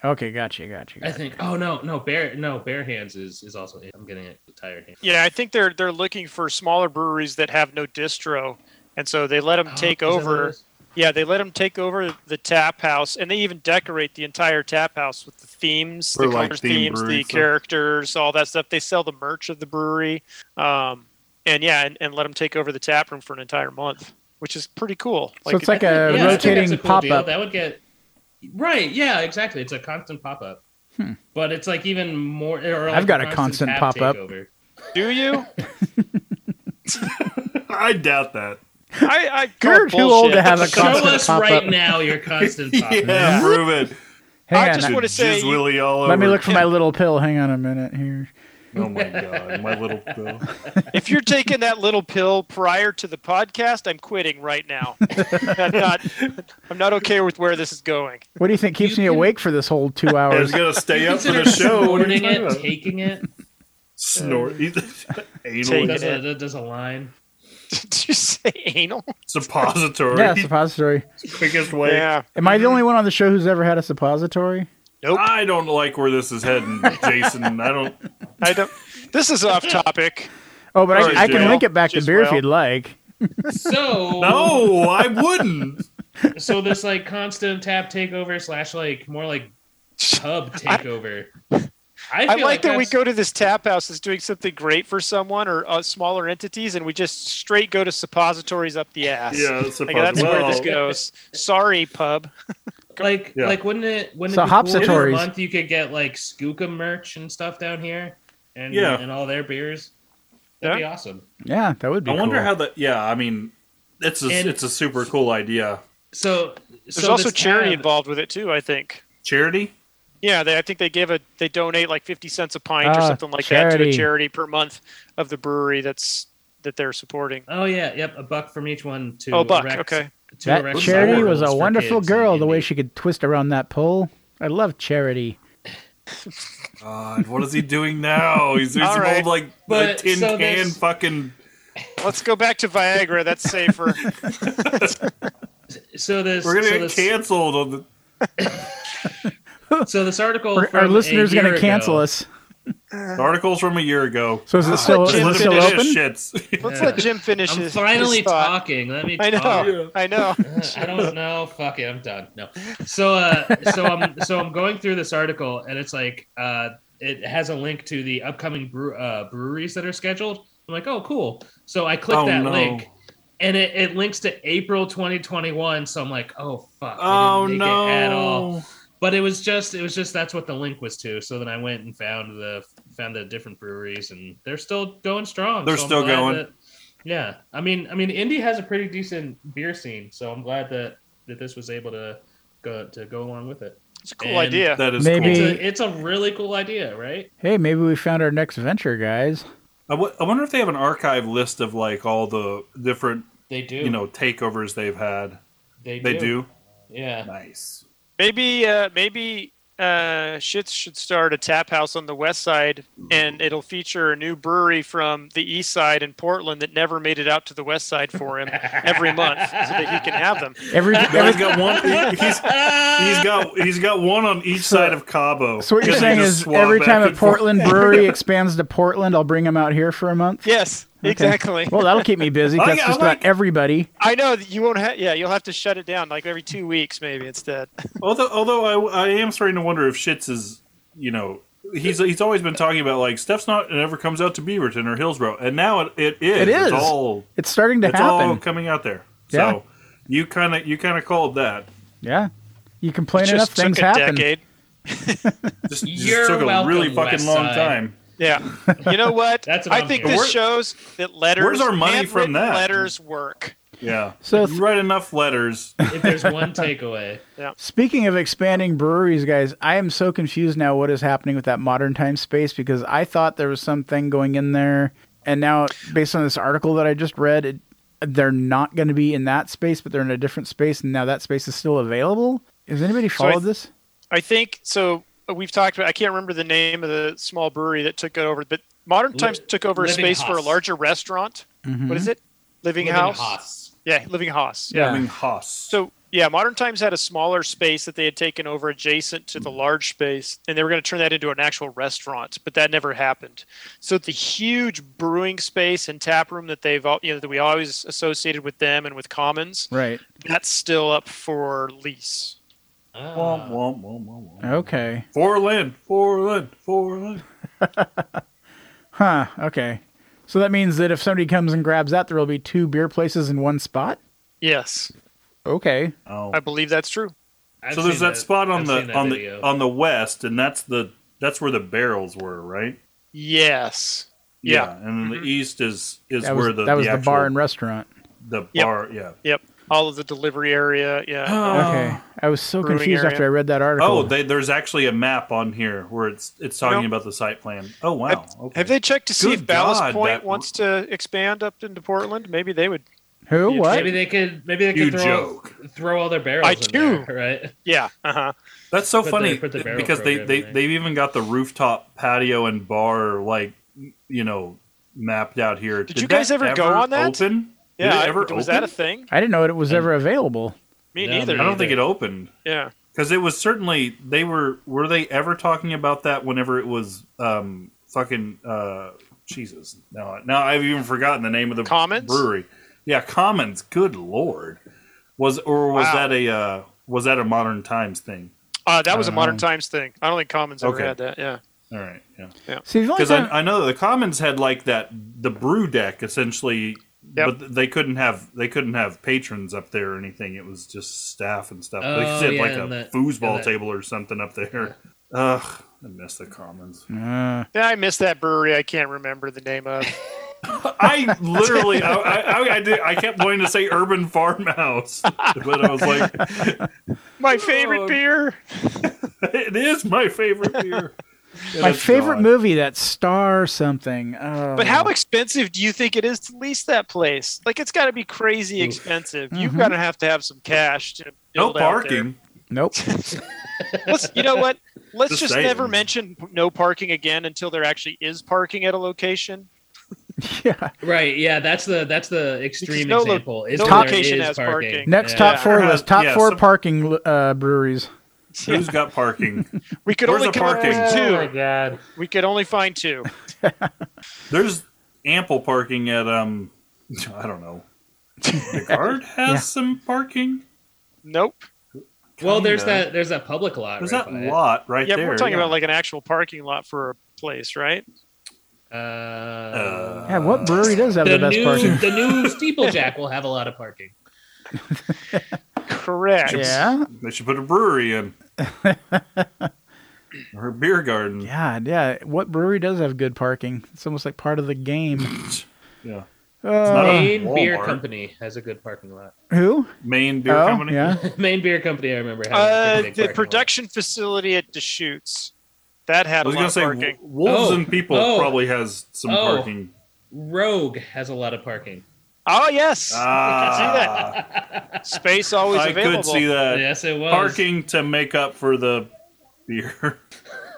okay, gotcha, gotcha. I gotcha. think oh no, no bare no bare hands is is also I'm getting it tired hands. Yeah, I think they're they're looking for smaller breweries that have no distro, and so they let Oh, Oh, them take over. Yeah, they let them take over the tap house, and they even decorate the entire tap house with the themes, For, the like, colors, theme themes, brewery the stuff. characters, all that stuff. They sell the merch of the brewery, um, and yeah, and, and let them take over the tap room for an entire month, which is pretty cool. So it's like a Yeah, I think Uh, rotating that's a pop deal. up. That would get Right, yeah, exactly. It's a constant pop up. But it's like even more or like Hmm. I've got a constant tap pop-up. takeover. do you? I doubt that. I, I call You're too old to bullshit. have a Show constant us pop-up. right now your constant pop up. Yeah, prove it. Hang I on, just I- wanna say Jizz you- Willy all over. let me look for my little pill. Hang on a minute here. Oh my god, my little uh, bill. if you're taking that little pill prior to the podcast, I'm quitting right now. I'm not, I'm not okay with where this is going. What do you think keeps You me can- awake for this whole two I hours? was gonna stay You up for consider the show. What are you Snorting talking it, about? taking it. Snort. Take Anal That's a, that's a line. Did you say anal? suppository. yeah, suppository. Quickest way. Am I the only one on the show who's ever had a suppository? Nope. I don't like where this is heading, Jason. I don't. I don't. This is off topic. Oh, but Sorry, I, I can Jill. link it back to Just beer if well. you'd like. So No, I wouldn't. so this like constant tap takeover slash like more like pub takeover. I, feel I like, that we that's- go to this tap house that's doing something great for someone or uh, smaller entities, and we just straight go to suppositories up the ass. Yeah, it's Like, that's where this suppository. goes. Sorry, pub. Like, Yeah. like wouldn't it? Wouldn't So it be cool if Hopsatories- a month you could get like Skookum merch and stuff down here, and Yeah. and all their beers. That'd be awesome. Yeah, that would be. I wonder cool. how that. Yeah, I mean, it's a And- it's a super cool idea. So There's so also this charity tab- involved with it too. I think. Charity. Yeah, they, I think they give a they donate like fifty cents a pint or Ah, something like that to a charity. charity per month of the brewery that's that they're supporting. Oh yeah, yep, a buck from each one to Oh, buck. erect- Okay. to that erect Charity was sidewalks a for wonderful kids in girl. The way Indy. she could twist around that pole. I love Charity. God, what is he doing now? He's using All old right. like the But, tin so can there's- fucking. Let's go back to Viagra. That's safer. So this We're gonna so get this, canceled on the. So this article Our- from Our listeners a going year to cancel ago- us. The article's from a year ago. So Ah, is it still, is Jim it Listen still to open? finished this shits. Let's Yeah. let Jim finish. I'm his, finally his thought. talking. Let me. I talk. know. I know. I don't know. Fuck it. I'm done. No. So, uh, so I'm so I'm going through this article, and it's like uh, it has a link to the upcoming brew, uh, breweries that are scheduled. I'm like, oh, cool. So I click Oh, that no. link, and it, it links to April 2021. So I'm like, oh fuck. I Oh didn't make no! It at all. But it was just it was just that's what the link was to. So then I went and found the found the different breweries, and they're still going strong. They're So I'm still glad going. that- yeah, I mean, I mean, Indy has a pretty decent beer scene, so I'm glad that that this was able to go to go along with it. It's a cool And- idea. That is Maybe- It's cool. a, it's a really cool idea, right? Hey, maybe we found our next venture, guys. I, w- I wonder if they have an archive list of like all the different They do. you know takeovers they've had. they do. They do. Yeah. Nice. Maybe uh, maybe uh, Shits should start a tap house on the west side, and it'll feature a new brewery from the east side in Portland that never made it out to the west side for him every month, so that he can have them. Every, No, every he's got one. he- He's, he's got he's got one on each side of Cabo. so what you're And they saying just is swap every back time a and forth. Portland brewery expands to Portland, I'll bring them out here for a month. Yes, Okay. exactly. Well, that'll keep me busy. 'cause I That's like- I just like- about everybody. I know that you won't have. Yeah, you'll have to shut it down like every two weeks maybe instead. Although although I, I am starting to wonder if Shits is you know he's he's always been talking about like stuff's not it never comes out to Beaverton or Hillsboro, and now it, it is. It is. It's all It's starting to it's all happen. coming out there. Yeah. So you kind of you kind of called that. Yeah. You complain enough, Just took things a happen. decade. Just, just You're took a really welcome, fucking West long Side. time. Yeah. You know what? That's what I I'm think hearing. this shows that letters. Where's our money from handwritten that? Letters work. Yeah. So If you write enough letters. If there's one takeaway, Speaking of expanding breweries, guys, I am so confused now what is happening with that modern time space because I thought there was something going in there. And now, based on this article that I just read, it, they're not going to be in that space, but they're in a different space. And now that space is still available. Has anybody I followed th- this? I think so. We've talked about. I can't remember the name of the small brewery that took it over, but Modern Li- Times took over a Living space for a Haas. larger restaurant. What Mm-hmm. is it? Living, Living House. Haas. Yeah, Living House. Yeah. I mean, Haas. So yeah, Modern Times had a smaller space that they had taken over adjacent to the large space, and they were going to turn that into an actual restaurant, but that never happened. So the huge brewing space and tap room that they've all, you know that we always associated with them and with Commons, Right. that's still up for lease. Womp, Ah. womp, womp, womp, womp. Okay. Forlin, Forlin, Forlin. Huh. Okay. So that means that if somebody comes and grabs that, there will be two beer places in one spot? Yes, Okay. Oh. I believe that's true. I've So there's seen that, spot on I've the seen that on video. the on the west, and that's the that's where the barrels were, right? Yes. Yeah. And then the east is is That where was, the that was the, the, bar and actual- restaurant. the Yep. bar. Yeah. Yep. All of the delivery area. Yeah. Okay. I was so Brewing confused area. after I read that article. Oh, they, there's actually a map on here where it's it's talking Nope. about the site plan. Oh wow. Okay. Have they checked to see Good if Ballast God, Point that- wants to expand up into Portland? Maybe they would. Who? You- What? Maybe they could. Maybe they could You throw joke. throw all their barrels. I in do. there, right? Yeah. Uh huh. That's so Put funny the- put the barrel because they program they in eh? there. they've even got the rooftop patio and bar like you know mapped out here. Did, you guys that ever go on that? Open? Did Yeah. it ever was open? that a thing? I didn't know it was ever available. Me No, neither. I don't think it opened. Yeah. Because it was certainly they were were they ever talking about that whenever it was um fucking uh Jesus now now I've even forgotten the name of the Commons? brewery yeah Commons good lord was or was Wow. that a uh, was that a modern times thing Uh, that was a Oh. Modern Times thing. I don't think Commons ever Um, Okay. had that. Yeah. all right yeah See, the only because time, I, I know that the Commons had like that the brew deck essentially Yep. But they couldn't have they couldn't have patrons up there or anything. It was just staff and stuff. they Oh, just had yeah, like a and that- foosball and that- table or something up there. Ugh, I miss the Commons. Uh, Yeah, I missed that brewery. I can't remember the name of. I literally, I, I, I, did, I kept wanting to say Urban Farmhouse, but I was like, My favorite Oh. beer. it is my favorite beer. And my it's favorite gone. movie, that star something. Oh. But Um, how expensive do you think it is to lease that place? Like it's got to be crazy expensive. You've Mm-hmm. Mhm. got to have to have some cash to No build out there. parking. Nope. Let's, you know what? Let's Just just saying. never mention p- no parking again until there actually is parking at a location. yeah. Right. Yeah. That's the that's the extreme no lo- example. is no when there location is has parking. Next Yeah. top four Yeah. was top Yeah, four some- parking uh, breweries. Who's got parking? We could Where's only the come up parking? with Oh my two. god. We could only find two. There's ample parking at um, I don't know. The guard has Yeah. some parking. Nope. Well, there's Kinda. that there's that public lot. There's right that by it. lot right yeah, there. we're talking yeah. about like an actual parking lot for a place, right? Uh, Uh, Yeah, what brewery does have the, the best new parking? the new steeplejack will have a lot of parking. Correct. Yeah. They should put a brewery in. or a beer garden. God, yeah. What brewery does have good parking? It's almost like part of the game. Yeah. Uh, a Maine Beer Walmart. Company has a good parking lot. who? Main beer oh, company. yeah. Maine Beer Company, I remember. Uh, Has a pretty big the parking lot. production facility at Deschutes that I had a was lot gonna of say parking. Wo- wolves Oh, and people oh, probably has some oh. parking. Rogue has a lot of parking. Oh yes, Ah, space always Uh, I available. could see that yes, it was. uh, parking to make up for the beer.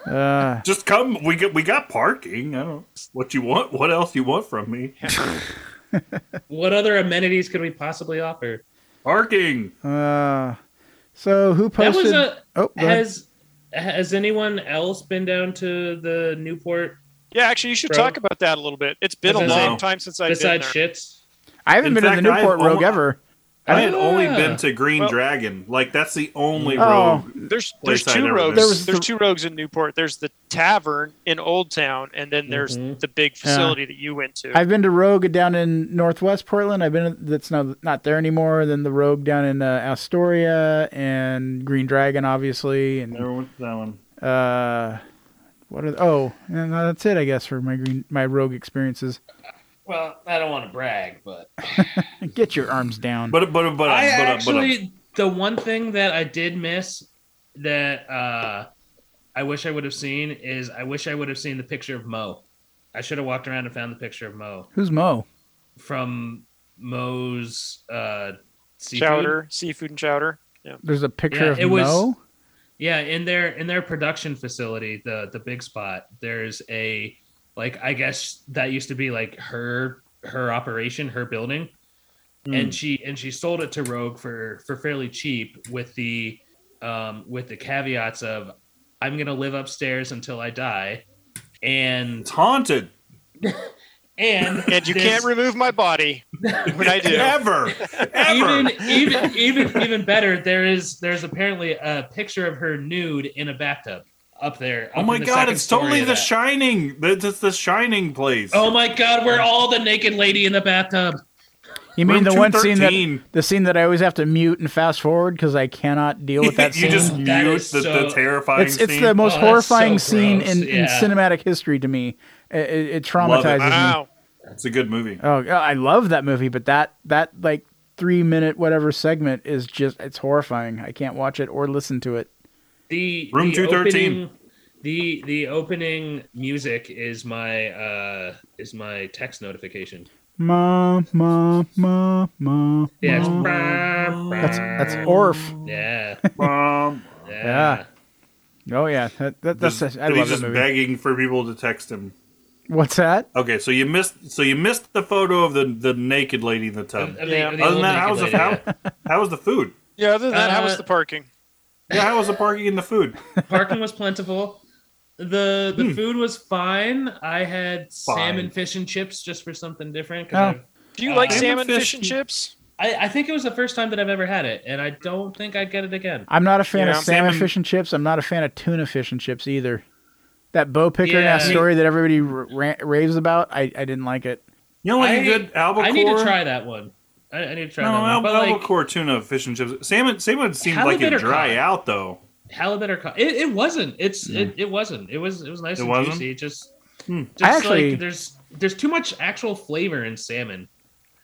Uh, Just come. We got we got parking. I don't. What you want? What else you want from me? What other amenities could we possibly offer? Parking. uh, so who That posted? was a. oh, go ahead. Has has anyone else been down to the Newport Yeah, actually, you should Bro. talk about that a little bit. It's been a Besides- long time since I've been besides there. shits? I haven't In been to fact, the I've Newport Rogue only- ever. I had Ah. only been to Green Well- Dragon. Like that's the only Oh. road. There's Place there's I two never rogues. There was there's the- two rogues in Newport. There's the tavern in Old Town, and then there's Mhm. the big facility that you went to. I've been to Rogue down in Northwest Portland. I've been that's not not there anymore. Then the Rogue down in uh, Astoria and Green Dragon, obviously, and Never went to that one. uh, what are oh, and that's it, I guess, for my green my Rogue experiences. Well, I don't want to brag, but Get your arms down. But but but but, I but, actually the one thing that I did miss that uh, I wish I would have seen is I wish I would have seen the picture of Mo. I should have walked around and found the picture of Mo Who's Mo? from Mo's uh, seafood. chowder, seafood and chowder. Yeah. There's a picture Yeah, of it was- Mo. Yeah, in their in their production facility, the the big spot, there's a like I guess that used to be like her her operation, her building. Hmm. And she and she sold it to Rogue for for fairly cheap with the um with the caveats of I'm going to live upstairs until I die. And It's haunted. and And you this- can't remove my body when I do. Ever. Ever. even even even even better there is there's apparently a picture of her nude in a bathtub up there oh up my in the god, second it's story totally of the that. shining. It's it's the shining place. Oh my god, we're all the naked lady in the bathtub. You mean Room the one scene that 213. the scene that I always have to mute and fast forward because I cannot deal with that you scene. just That mute is the, the so- terrifying it's it's scene. the most Oh, that's horrifying so scene gross. in, in Yeah. cinematic history to me. It, it, it Love it. traumatizes me. Wow. it's a good movie. Oh, God, I love that movie, but that that like three minute whatever segment is just it's horrifying. I can't watch it or listen to it. The Room the 213. opening- The the opening music is my uh is my text notification. Ma ma ma ma. Yeah, it's ma. that's that's that's Orf. yeah, Um, Yeah. yeah. Oh yeah, that, that that's just- I and he's love that just movie. begging for people to text him. What's that? Okay, so you missed so you missed the photo of the, the naked lady in the tub. Of the- of Yeah. the Um, Other than old that, how was the naked lady, how, how was the food? Yeah. Other than that, how Uh, was the parking? Yeah, how was the parking and the food? yeah. Parking was plentiful. The the food was fine. I had salmon Hmm. Fine. fish and chips just for something different. 'cause Oh. I've- Do you Uh, like I'm a Oh, salmon, fish, fish- and chips? I, I think it was the first time that I've ever had it, and I don't think I'd get it again. I'm not a fan Yeah, of salmon, salmon- fish and chips. I'm not a fan of tuna fish and chips either. That bow picker in Yeah. that story that everybody r- ra- raves about, I, I didn't like it. You know what? I- a good albacore. I need to try that one. I, I need to try No, that one. al- But like albacore tuna fish and chips. Salmon, salmon seemed like it Halibut or dry cod? out though. halibut or cod, it, it wasn't. It's it, it wasn't. It was it was nice Hmm. It and wasn't? juicy. It just, Hmm. just I actually- like there's there's too much actual flavor in salmon.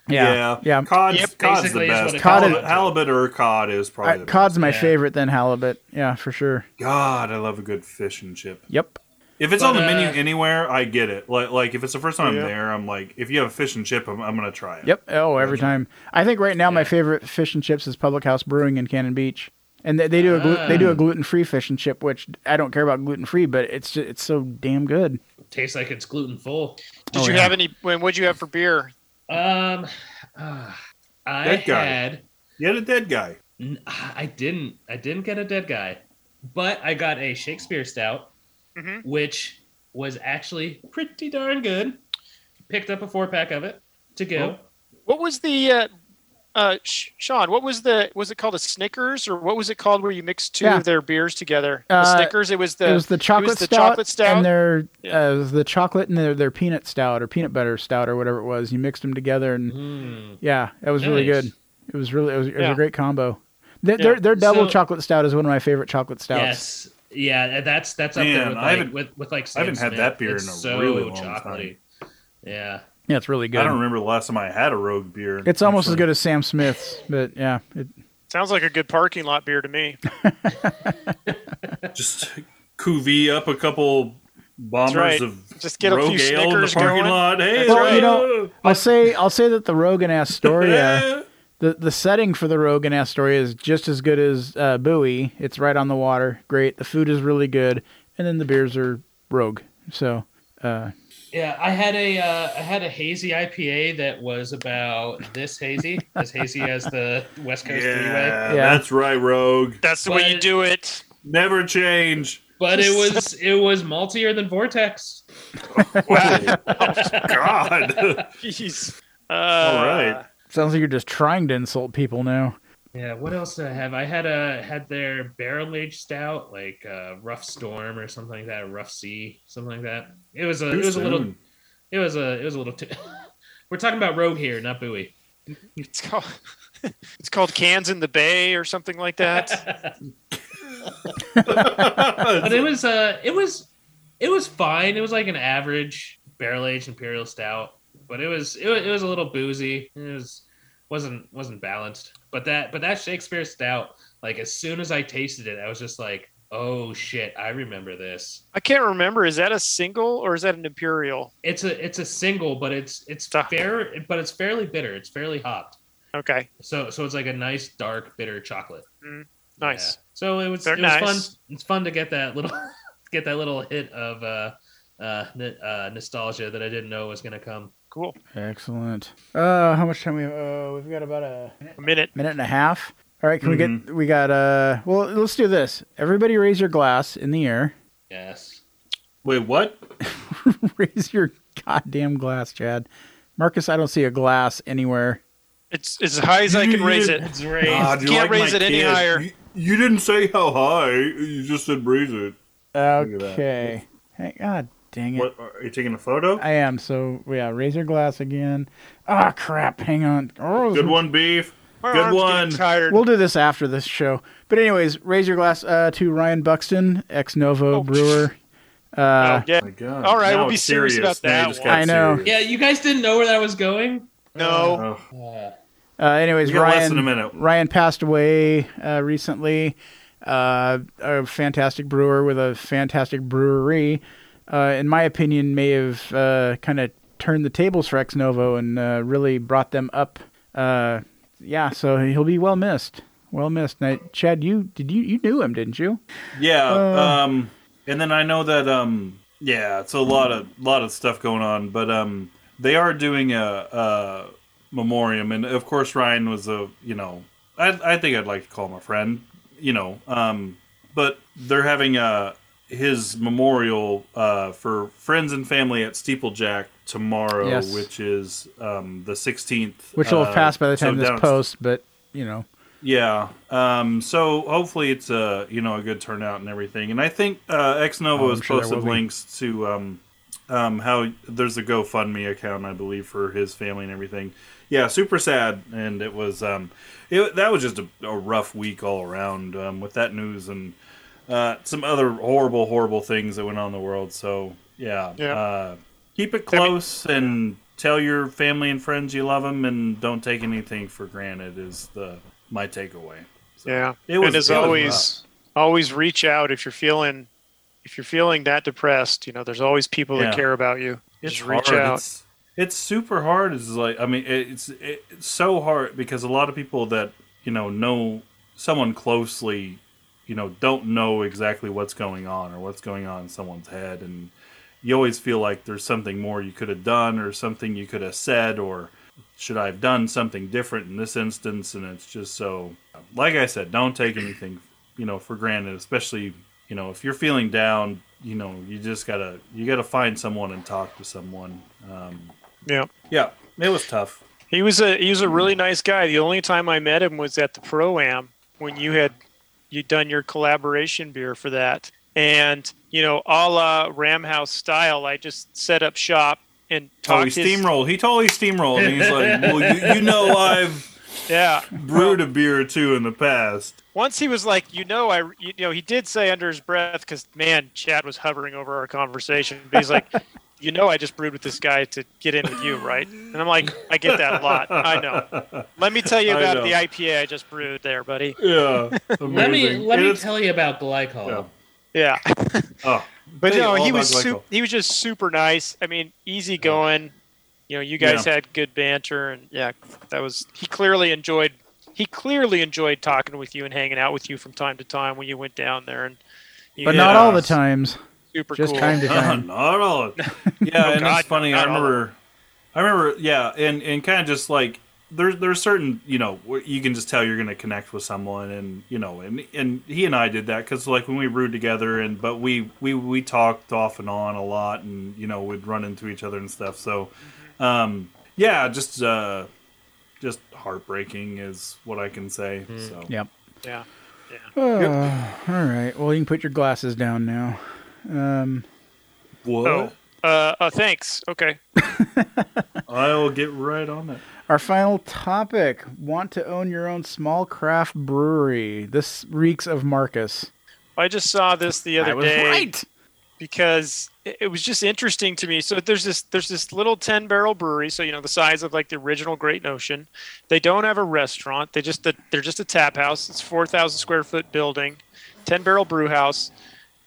Yeah, yeah. Cod's, Yep, cod's the basically is what best. it Cod Cod is- halibut or cod is probably I, the cod's my Yeah. favorite, then halibut. Yeah, for sure. best. God, I love a good fish and chip. Yep. If it's But, on the uh, menu anywhere, I get it. Like, like if it's the first time Yeah. I'm there, I'm like, if you have a fish and chip, I'm, I'm gonna try it. Yep. Oh, every Gotcha. time. I think right now my favorite fish and chips is Public House Brewing in Cannon Beach, and they, they do a glu- they do a Ah. gluten free fish and chip, which I don't care about gluten free, but it's just, it's so damn good. Tastes like it's gluten full. Did Oh, you yeah. have any? When would you have for beer? Um, ah, I That guy. had You had a dead guy. n- I didn't I didn't get a dead guy, but I got a Shakespeare stout, Mhm. which was actually pretty darn good. Picked up a four pack of it to go. What was the? Uh, uh, Sh- Sean, what was the? Was it called a Snickers or what was it called where you mixed two Yeah. of their beers together? The Uh, Snickers. It was the. it was the chocolate, the stout chocolate stout? and their Yeah. uh, it was the chocolate and their their peanut stout or peanut butter stout or whatever it was. You mixed them together Oh. and Mm. yeah, that was really Nice. good. It was really it was, it was Yeah. a great combo. Their, their, their double So- chocolate stout is one of my favorite chocolate stouts. Yes. Yeah, that's that's up Man, there with I like, haven't- with, with like I haven't had Samsonite. that beer It's in a so really long chocolatey. time. Yeah. Yeah, it's really good. I don't remember the last time I had a rogue beer. It's almost as Actually. good as Sam Smith's, but yeah, it, sounds like a good parking lot beer to me. just couvee up a couple bombers right. of Just get a few rogue ale in the Snickers parking going. lot. Hey, That's Well, right. you know, I'll say I'll say that the Rogue and Astoria, yeah. uh, the the setting for the Rogue and Astoria is just as good as uh, Bowie. It's right on the water, great. The food is really good, and then the beers are Rogue. So, uh, Yeah, I had a uh, I had a hazy IPA that was about this hazy, as hazy as the West Coast yeah, Yeah. that's right, Rogue. That's the way you But- do it. Never change. Freeway. But it was it was maltier than Vortex. Wow. God. Jeez. Uh, All right. sounds like you're just trying to insult people now. Yeah, what else did I have? I had a had their barrel aged stout, like uh, Rough Storm or something like that, Rough Sea, something like that. It was a Too it was a little soon. it was a it was a little too. We're talking about Rogue here, not Bowie. It's called. It's called cans in the bay or something like that. But it was uh it was it was fine. It was like an average barrel aged imperial stout, but it was it, wa- it was a little boozy. It was wasn't wasn't balanced. But that but that Shakespeare stout, like as soon as I tasted it, I was just like, oh shit, I remember this. I can't remember. Is that a single or is that an imperial? It's a it's a single, but it's it's Stop. fair, but it's fairly bitter. It's fairly hopped. Okay. So so it's like a nice dark bitter chocolate. Mm, nice. Yeah. So it was They're it nice. was fun. It's fun to get that little get that little hit of uh, uh, n- uh nostalgia that I didn't know was gonna come. Cool. Excellent. Uh, how much time we have? Uh, we've got about a A minute. minute and a half. All right, can we get? We got. Uh, well, let's do this. Everybody, raise your glass in the air. Yes. Wait, what? raise your goddamn glass, Chad. Marcus, I don't see a glass anywhere. It's as high as I can raise it. It's raised. Ah, do you Can't raise my it any higher. You, you didn't say how high. You just said raise it. at that. Okay. Hey, God dang it. What? Are you taking a photo? I am. So, yeah, raise your glass again. Ah, crap. Hang on. Oh, Good one, beef. My Good arm's one. getting Tired. We'll do this after this show. But, anyways, raise your glass uh, to Ryan Buxton, ex novo Oh, brewer. Uh, oh, yeah. my God. All right, Now we'll be it's serious about Now you that just one. got I know. serious. Yeah, you guys didn't know where that was going. No. Oh, Uh, uh, anyways, we got less than a Ryan, minute. Ryan passed away uh, recently. Uh, a fantastic brewer with a fantastic brewery. Uh, in my opinion, may have uh, kind of turned the tables for Ex Novo and uh, really brought them up. Uh, yeah, so he'll be well missed. Well missed. Now, Chad, you did you you knew him, didn't you? Yeah. Uh, um, and then I know that um, yeah, it's a lot of lot of stuff going on, but um, they are doing a, a memoriam, and of course Ryan was a you know, I I think I'd like to call him a friend, you know, um, but they're having a his memorial uh, for friends and family at Steeplejack tomorrow, Yes. which is um, the sixteenth, uh, Which will have passed by the time this post. post, but you know, Yeah. Um, so hopefully it's a you know a good turnout and everything. And I think uh, Ex Nova Oh, I'm has sure there posted will be. links to um, um, how there's a GoFundMe account, I believe, for his family and everything. Yeah, super sad, and it was um, it, that was just a, a rough week all around um, with that news and uh, some other horrible, horrible things that went on in the world. So yeah, Yeah. Uh, keep it close and tell your family and friends you love them, and don't take anything for granted. Is the my takeaway. So, Yeah. it was- and as it was always, rough. always reach out if you're feeling if you're feeling that depressed. You know, there's always people Yeah. that care about you. it's Just reach hard. out. It's, it's super hard. It's like I mean, it's it's so hard because a lot of people that you know know someone closely, you know, don't know exactly what's going on or what's going on in someone's head, and you always feel like there's something more you could have done or something you could have said or should I have done something different in this instance? And it's just so, like I said, don't take anything, you know, for granted, especially, you know, if you're feeling down, you know, you just gotta, you gotta find someone and talk to someone. Um, Yeah. yeah, it was tough. He was a he was a really nice guy. The only time I met him was at the pro am when you had you done your collaboration beer for that. And you know, a la Ram House style, I just set up shop and Oh, talked he his- steamrolled. He totally steamrolled. And he's like, well, you, you know, I've Yeah. brewed a beer or two in the past. Once he was like, you know, I you know, he did say under his breath because man, Chad was hovering over our conversation. But he's like, you know, I just brewed with this guy to get in with you, right? And I'm like, I get that a lot. I know. Let me tell you I about know. the IPA I just brewed there, buddy. Yeah. Let me amazing. let And me it's- tell you about glycol. Yeah. Yeah. Oh, But Tell you no, all he about was Glycol. su- he was just super nice. I mean, easy going. You know, you guys had good banter, and yeah, that was he clearly enjoyed. He clearly enjoyed talking with you and hanging out with you from time to time when you went down there, and you But guys not Yeah. all the times. were super Just cool. time to Uh, time. not all. of it. Yeah, and Oh, God, it's funny. I not all of remember, I remember. Yeah, and and kind of just like there's there's certain you know where you can just tell you're going to connect with someone, and you know, and and he and I did that because like when we brewed together, and but we we we talked off and on a lot, and you know we'd run into each other and stuff. So, um, yeah, just uh, just heartbreaking is what I can say. So Yep. Yeah. Uh, all right. Well, you can put your glasses down now. Um, What? Oh, uh, oh, thanks. Okay. I'll get right on it. Our final topic want to own your own small craft brewery. This reeks of Marcus. I just saw this the other I was day. right. because it it was just interesting to me. So there's this there's this little 10 barrel brewery, so you know the size of like the original Great Notion. They don't have a restaurant. They just they're just a tap house. It's 4,000 square foot building, 10 barrel brew house,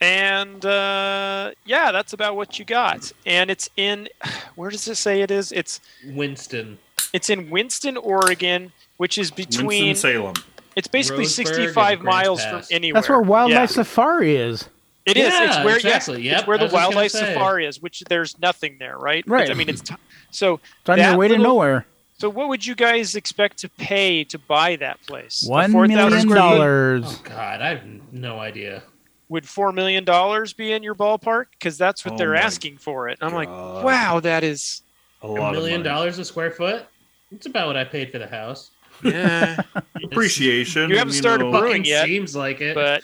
and uh, yeah, that's about what you got. And it's in where does it say it is? It's Winston. it's in Winston, Oregon, which is between. Winston Salem. It's basically Roseburg and 65 Grants miles from Pass. anywhere. That's where Wildlife Yeah. Safari is. It is. Yeah, It's where exactly. yeah, Yep, it's where I the was just gonna wildlife say. safari is, which there's nothing there, right? Right. Which, I mean, it's t- so. It's on your that way to little- nowhere. So, what would you guys expect to pay to buy that place? A One 4,000 million square foot- dollars. Oh God, I have no idea. Would four million dollars be in your ballpark? Because that's what Oh they're my asking for it. And I'm like, God. wow, that is. A A lot million of money. dollars a square foot. It's about what I paid for the house. Yeah, appreciation. You haven't started know. brewing Fucking yet, seems like it. but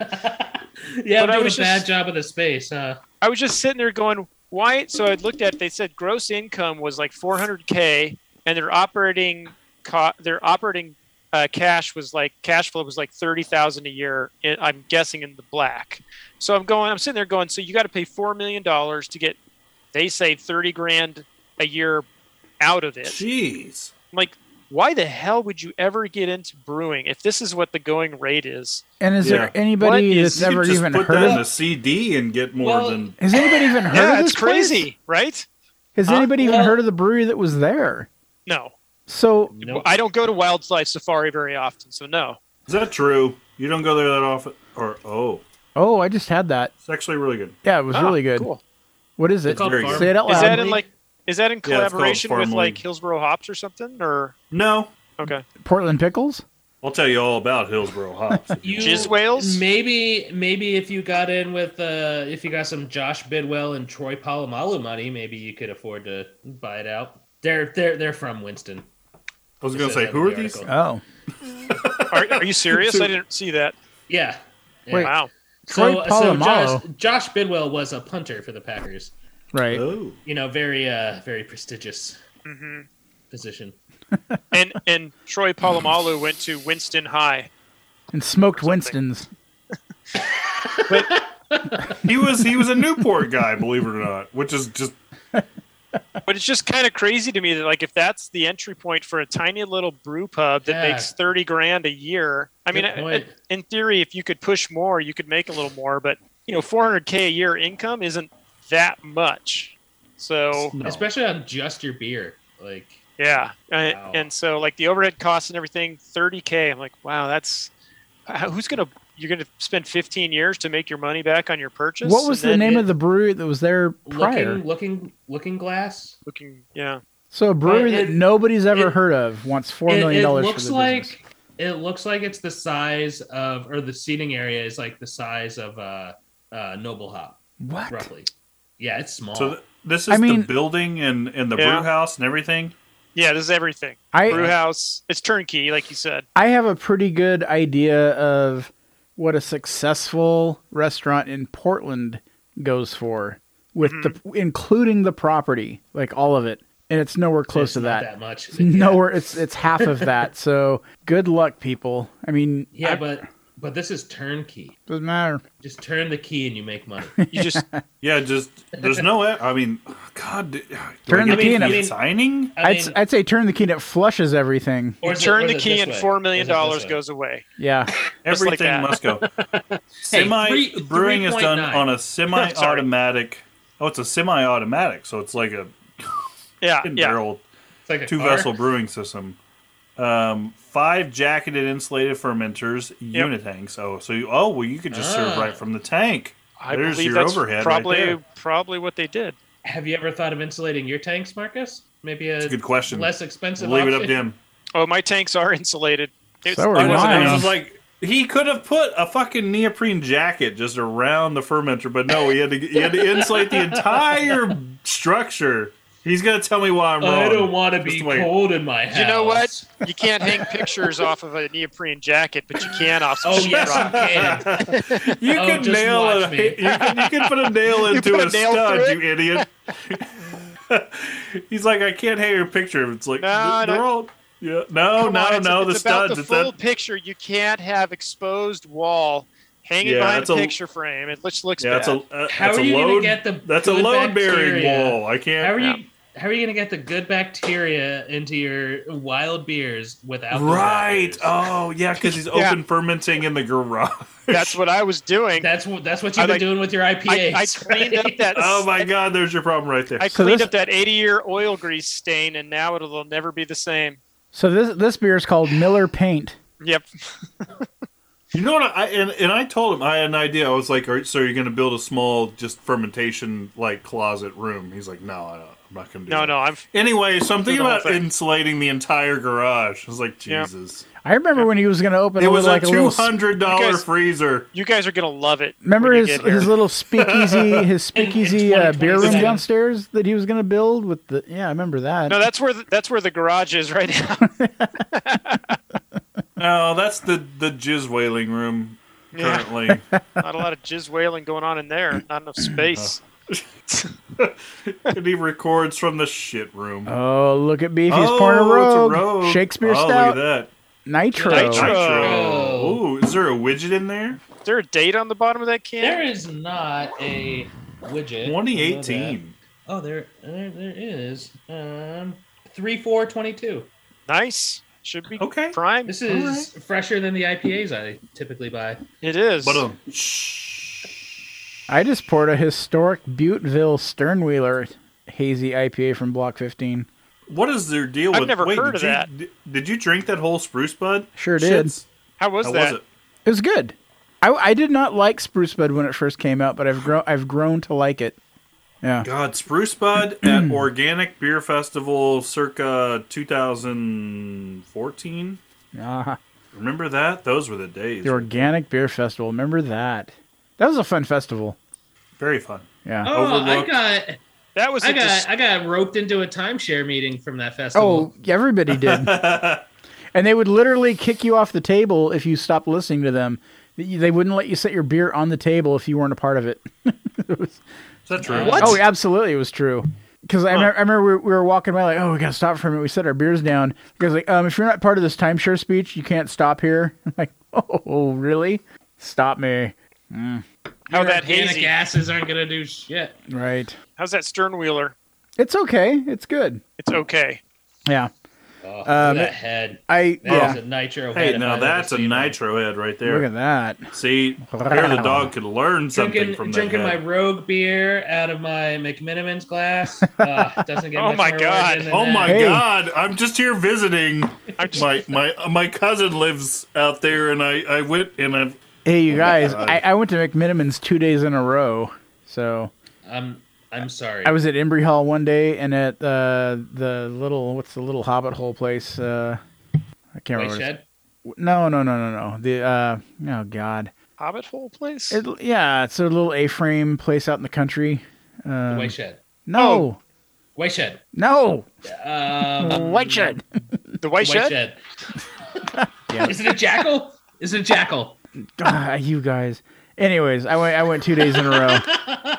yeah, But I I'm doing was a bad just- job of the space, huh? I was just sitting there going, why? So I looked at. They said gross income was like 400k, and their operating co- their operating uh, cash was like cash flow was like 30,000 a year. i- I'm guessing in the black. So I'm going. I'm sitting there going. So you got to pay four million dollars to get. They say 30 grand a year out of it. Jeez. I'm like, why the hell would you ever get into brewing if this is what the going rate is? And is Yeah. there anybody What that's is- You ever just even put heard that in of? a CD and get more Well- than Has anybody even heard of yeah, this it's crazy, place? right? Has Huh? anybody even Well- heard of the brewery that was there? No, So Nope. I don't go to wildlife safari very often, so no. is that true? You don't go there that often, or oh, Oh, I just had that. it's actually really good. Yeah, it was Ah, really good. cool. What is They're it? called very farm- Say it out loud. Is that Farm in League? like? Is that in called collaboration with Farm like League. Hillsborough Hops or something? Or No, okay, Portland Pickles? I'll tell you all about Hillsborough hops. You- Jizz whales? Maybe, maybe if you got in with, uh, if you got some Josh Bidwell and Troy Polamalu money, maybe you could afford to buy it out. They're they're they're from Winston. I was It gonna says say, that in who the are these? article. Oh. are, are you serious? I didn't see that. Yeah. Wait. Wow. Troy so, so Polamalu. Josh, Josh Bidwell was a punter for the Packers. Right. Oh, You know, very uh very prestigious hmm position. And and Troy Polamalu went to Winston High. And smoked Winston's. he was he was a Newport guy, believe it or not, which is just But it's just kind of crazy to me that like if that's the entry point for a tiny little brew pub that Yeah. makes thirty grand a year. I mean, Good I- point. in theory, if you could push more, you could make a little more. But you know, 400k a year income isn't that much. So no. especially on just your beer. Like yeah, and- Wow. and so like the overhead costs and everything, 30k. I'm like, wow, that's how- who's gonna you're gonna spend 15 years to make your money back on your purchase. What was the And then name it- of the brewery that was there prior? looking looking looking glass. looking? Yeah, so a brewery that it- nobody's ever it- heard of wants four It, million it dollars. looks for the like business. it looks like it's the size of or the seating area is like the size of uh uh Noble Hop, what? roughly. Yeah, it's small. so. Th- this is I mean- the building and and the Yeah. brew house and everything. yeah. This is everything. I Brew house. It's turnkey, like you said. I have a pretty good idea of what a successful restaurant in Portland goes for with Mm-hmm. the including the property, like all of it. And it's nowhere close It's to not that. that much. It's Yeah. nowhere it's it's half of that. So good luck people. I mean, Yeah, but but this is turnkey. doesn't matter. Just turn the key and you make money. You just Yeah, just there's no. e, I mean, God, do, do I Turn get the key to in. keep signing. I I'd mean, I'd say turn the key and it flushes everything. or is it- or turn is the it key this and way? four Is million it this dollars way? goes away. Yeah. Just like Everything that. must go. semi three- brewing is done 3.9. on a semi-automatic. oh, it's a semi-automatic, so it's like a Uh, Yeah, fucking yeah. barrel It's like a two car. vessel brewing system. Um, five jacketed insulated fermenters, Yep. unit tanks. Oh, so you, oh well, you could just serve Ah. right from the tank. I There's believe your that's overhead right probably there. probably what they did. Have you ever thought of insulating your tanks, Marcus? Maybe a, That's a good question. less expensive. Leave it up option? to him. Oh, my tanks are insulated. It's, So are I I was, wasn't mine. I out- was like, he could have put a fucking neoprene jacket just around the fermenter, but no, he had to he had to insulate the entire structure. He's gonna tell me why I'm wrong. I don't want to be Just wait. cold in my house. You know what? You can't hang pictures off of a neoprene jacket, but you can off. some Oh sheet yes, rock. you can. You Oh, could just nail watch a, me. you could you could put a nail into put a, a nail stud, through you idiot. He's like, I can't hang your picture. It's like No, they're no. all yeah. No, Come Oh, no, on, it's, no. it's the about studs. the it's full that. picture. You can't have exposed wall hanging Yeah, behind that's a a- picture frame. It looks looks Yeah, that's a bad. uh, How that's are a you load. gonna get the that's a good load bearing bacteria? wall. I can't. How are you? How are you gonna get the good bacteria into your wild beers without? the Right. wrappers? Oh, yeah, because he's Yeah. open fermenting in the garage. That's what I was doing. That's what. That's what you've I been like- doing with your I, IPAs. I cleaned up right? that. Oh my God, there's your problem right there. I So cleaned this- up that 80-year oil grease stain, and now it'll, it'll never be the same. So this this beer is called Miller Paint. Yep. you know what? I and, and I told him I had an idea. I was like, All right, "So you're going to build a small just fermentation like closet room?" He's like, "No, I don't, I'm not going to do No, that." no. I'm. Anyway, so I'm thinking the whole about thing. insulating the entire garage. I was like, Yeah. "Jesus!" I remember when he was going to open It with was like a a two little hundred dollar Because- freezer. You guys are gonna love it. Remember when you his get here. his little speakeasy his speakeasy uh, beer room 2027. downstairs that he was gonna build with the yeah I remember that. No, that's where the, that's where the garage is right now. No, that's the the jizz whaling room Yeah. currently. Not a lot of jizz whaling going on in there. Not enough space. and he records from the shit room. oh look at Beefy's oh, pouring a rogue, It's a rogue. Shakespeare oh, stout Look at that. nitro. Nitro. Nitro. Oh. Ooh, is there a widget in there? Is there a date on the bottom of that can? There is not a widget. I know that. 2018. Oh, there, there, there is. Um, three four twenty two. Nice. Should be Okay. prime. This is fresher than the IPAs I typically buy. It is. But um, I just poured a historic Butteville Sternwheeler hazy IPA from Block 15. what is their deal I've with? never wait, heard did of you, that. di- Did you drink that whole spruce bud? Sure did. Shits. How was How was that? it? It was good. I, I did not like Spruce Bud when it first came out, but I've grown I've grown to like it. Yeah. God, spruce bud at Organic Beer Festival, circa 2014. Ah, Remember that? Those were the days. the Organic Beer Festival. Remember that? That was a fun festival. very fun. Yeah. Oh, I Overlooked. got, That was a I got, dis- I got roped into a timeshare meeting from that Oh, festival. everybody did. and they would literally kick you off the table if you stopped listening to them. They they wouldn't let you set your beer on the table if you weren't a part of it. It was- Is that true? What? Oh, yeah, absolutely, it was true. Because I, Huh. remember- I remember we, we were walking by, like, oh, we got to stop for a minute. We set our beers down. Because, like, um, if you're not part of this timeshare speech, you can't stop here. I'm like, oh, really? Stop me. How that organic hazy? asses aren't gonna do shit. Right. How's that sternwheeler? It's okay. It's good. It's okay. Yeah. Oh, look Um, at that head. I, That yeah. is a nitro head. Hey, if now I've ever that's a seen one. nitro head right Look there. at that. See, here the dog could learn something Drinking, from that. drinking my head. rogue beer out of my McMiniman's glass. Uh, doesn't get Oh much my more God. Origin than Oh that. my Hey. god! I'm just here visiting. I'm just, My my my cousin lives out there, and I I went and I Hey, you guys, Oh God. I, I went to McMiniman's two days in a row. So I'm I'm sorry. I was at Embry Hall one day and at uh, the little, what's the little hobbit hole place? Uh, I can't Wait, remember. Shed? No, no, no, no, no. The, uh, oh, God. Hobbit hole place. It, yeah, it's a little A-frame place out in the country. Um, Wait, Shed. Oh. no, Wait, Shed. no, Um, white shed. the white, shed. Yeah. Is it a jackal? Is it a jackal? Ah, you guys. Anyways, I went. I went two days in a row.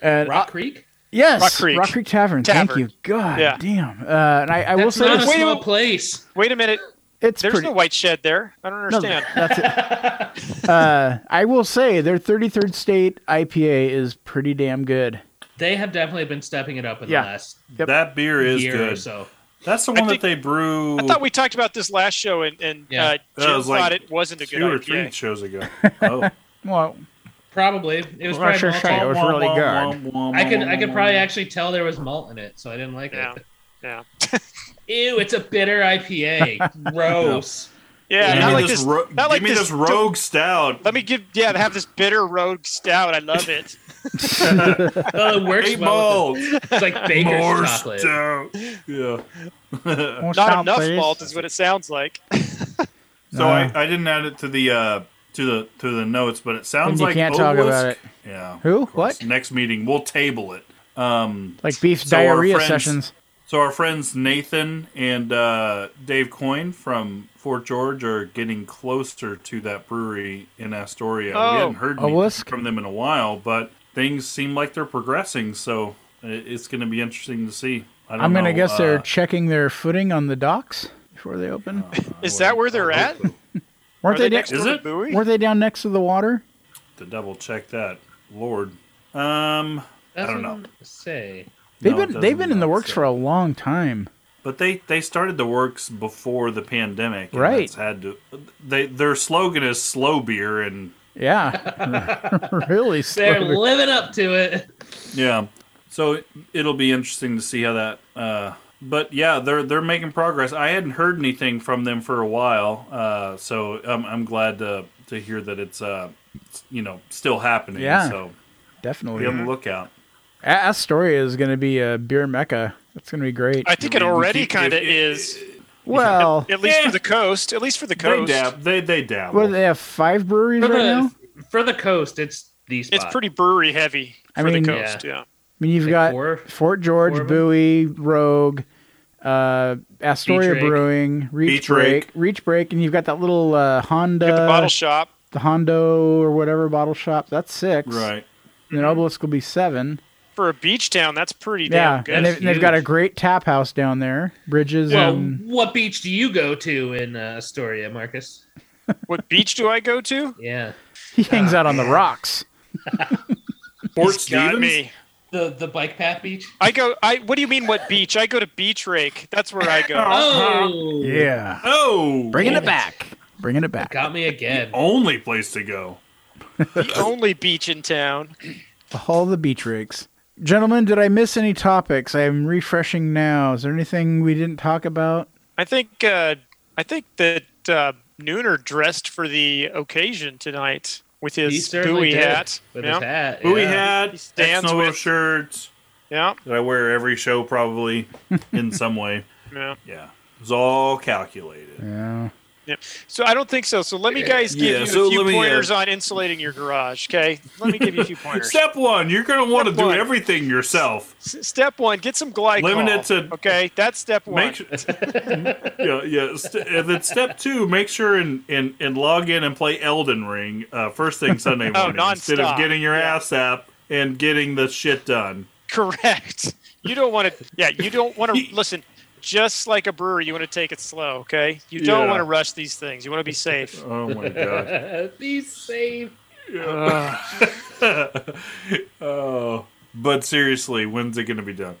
And Rock uh, Creek? yes, Rock Creek. Tavern. Tavern. Thank you. God Yeah. damn. Uh, and I, I will That's say not a it's, Wait a small minute. place. Wait a minute. it's There's pretty. no white shed there. I don't no, understand. that's it. Uh, I will say their 33rd state IPA is pretty damn good. They have definitely been stepping it up in Yeah. the last Yep. that beer is year or good. so. That's the I one think- that they brew I thought we talked about this last show, and, and Yeah. uh, That Jim was like thought it wasn't a good two or three idea. shows ago. Oh, Well, Probably. It was Well, I probably sure malt. tried. It was really I could I could probably actually tell there was malt in it, so I didn't like Yeah. it. Yeah. Ew, it's a bitter IPA. Gross. Yeah, Give not me like this. this. ro- not like give me this this- rogue stout. Let me give. Yeah, to have this bitter rogue stout. I love it. well, it works Eight well. malt. with it. It's like baker's More chocolate. stout. Yeah. won't Not stop, enough please. malt is what it sounds like. So Uh, I, I didn't add it to the uh to the to the notes, but it And sounds you like can't talk obelisk. about it. Yeah. Who? of course. What? Next meeting we'll table it. Um Like beef So our diarrhea friends- sessions. So our friends Nathan and uh, Dave Coyne from Fort George are getting closer to that brewery in Astoria. Oh. we haven't heard anything Obelisk? from them in a while, but things seem like they're progressing. So i- it's going to be interesting to see. I don't I'm gonna know, guess they're uh, checking their footing on the docks before they open. Is I that would- where they're I at? hope so. weren't Are they, they da- next Is door to it? Bowie? weren't they down next to the water? To double check that, Lord. Um, That's I don't what know. I'm Say. They've no, it been doesn't they've been in the matter. works for a long time. But they, they started the works before the pandemic. and Right. that's Had to, they their slogan is slow beer and Yeah, really They're slow. living up to it. Yeah. So it- it'll be interesting to see how that. Uh, but yeah, they're they're making progress. I hadn't heard anything from them for a while, uh, so I'm, I'm glad to to hear that it's uh, it's, you know still happening. Yeah. So Definitely, be on the lookout. A- Astoria is going to be a beer mecca. That's going to be great. I think it mean, already if- kind of if- if- is. well, At least Yeah. for the coast. At least for the They coast. dab. They they dab. what do they have five breweries For right now? the, for the coast, it's these. It's pretty brewery heavy I for mean- the coast. Yeah. I mean, you've Like got four? Fort George, Four of 'em? Bowie, Rogue, uh, Astoria Beach Rake. Brewing, Reach Beach Break, Rake. Reach Break, and you've got that little uh, Honda, You got the bottle shop. the Hondo or whatever bottle shop. That's six. Right. And then Obelisk will be seven. For a beach town, that's pretty yeah, damn good. and that's they've, they've got a huge. great tap house down there. Bridges Well, um, and what beach do you go to in uh, Astoria, Marcus? what beach do I go to? Yeah. he hangs out on the rocks. Fort He's got Stevens? me. The the bike path beach? I go. I. What do you mean? What beach? I go to Beach Rake. That's where I go. Oh, Yeah, Oh, bringing Damn it it. back, bringing it back. Got me again. only place to go. the only beach in town. All the beach rigs. Gentlemen, did I miss any topics? I'm refreshing now. Is there anything we didn't talk about? I think. Uh, I think that uh, Nooner dressed for the occasion tonight with He his certainly buoy did hat. With yeah. his hat. Bowie yeah. hat, He Ex stands Nova with- shirts Yeah. that I wear every show probably in some way. Yeah. Yeah, it's all calculated. Yeah. So I don't think so. So let me guys give Yeah, you so a few let me, uh, pointers on insulating your garage. Okay. Let me give you a few pointers. Step one, you're going to want to Step do one. everything yourself. S- step one: get some glycol. Limit it to- okay. That's step one. Make sure, yeah, yeah. St- and then step two, make sure and, and, and log in and play Elden Ring uh, first thing Sunday morning instead of Oh, nonstop. getting your Yeah. ass up and getting the shit done. Correct. You don't want to. Yeah, you don't want to listen. Just like a brewer, you want to take it slow. Okay, you don't Yeah. want to rush these things. You want to be safe. Oh my god. Be safe. Yeah. oh, but seriously, when's it gonna be done?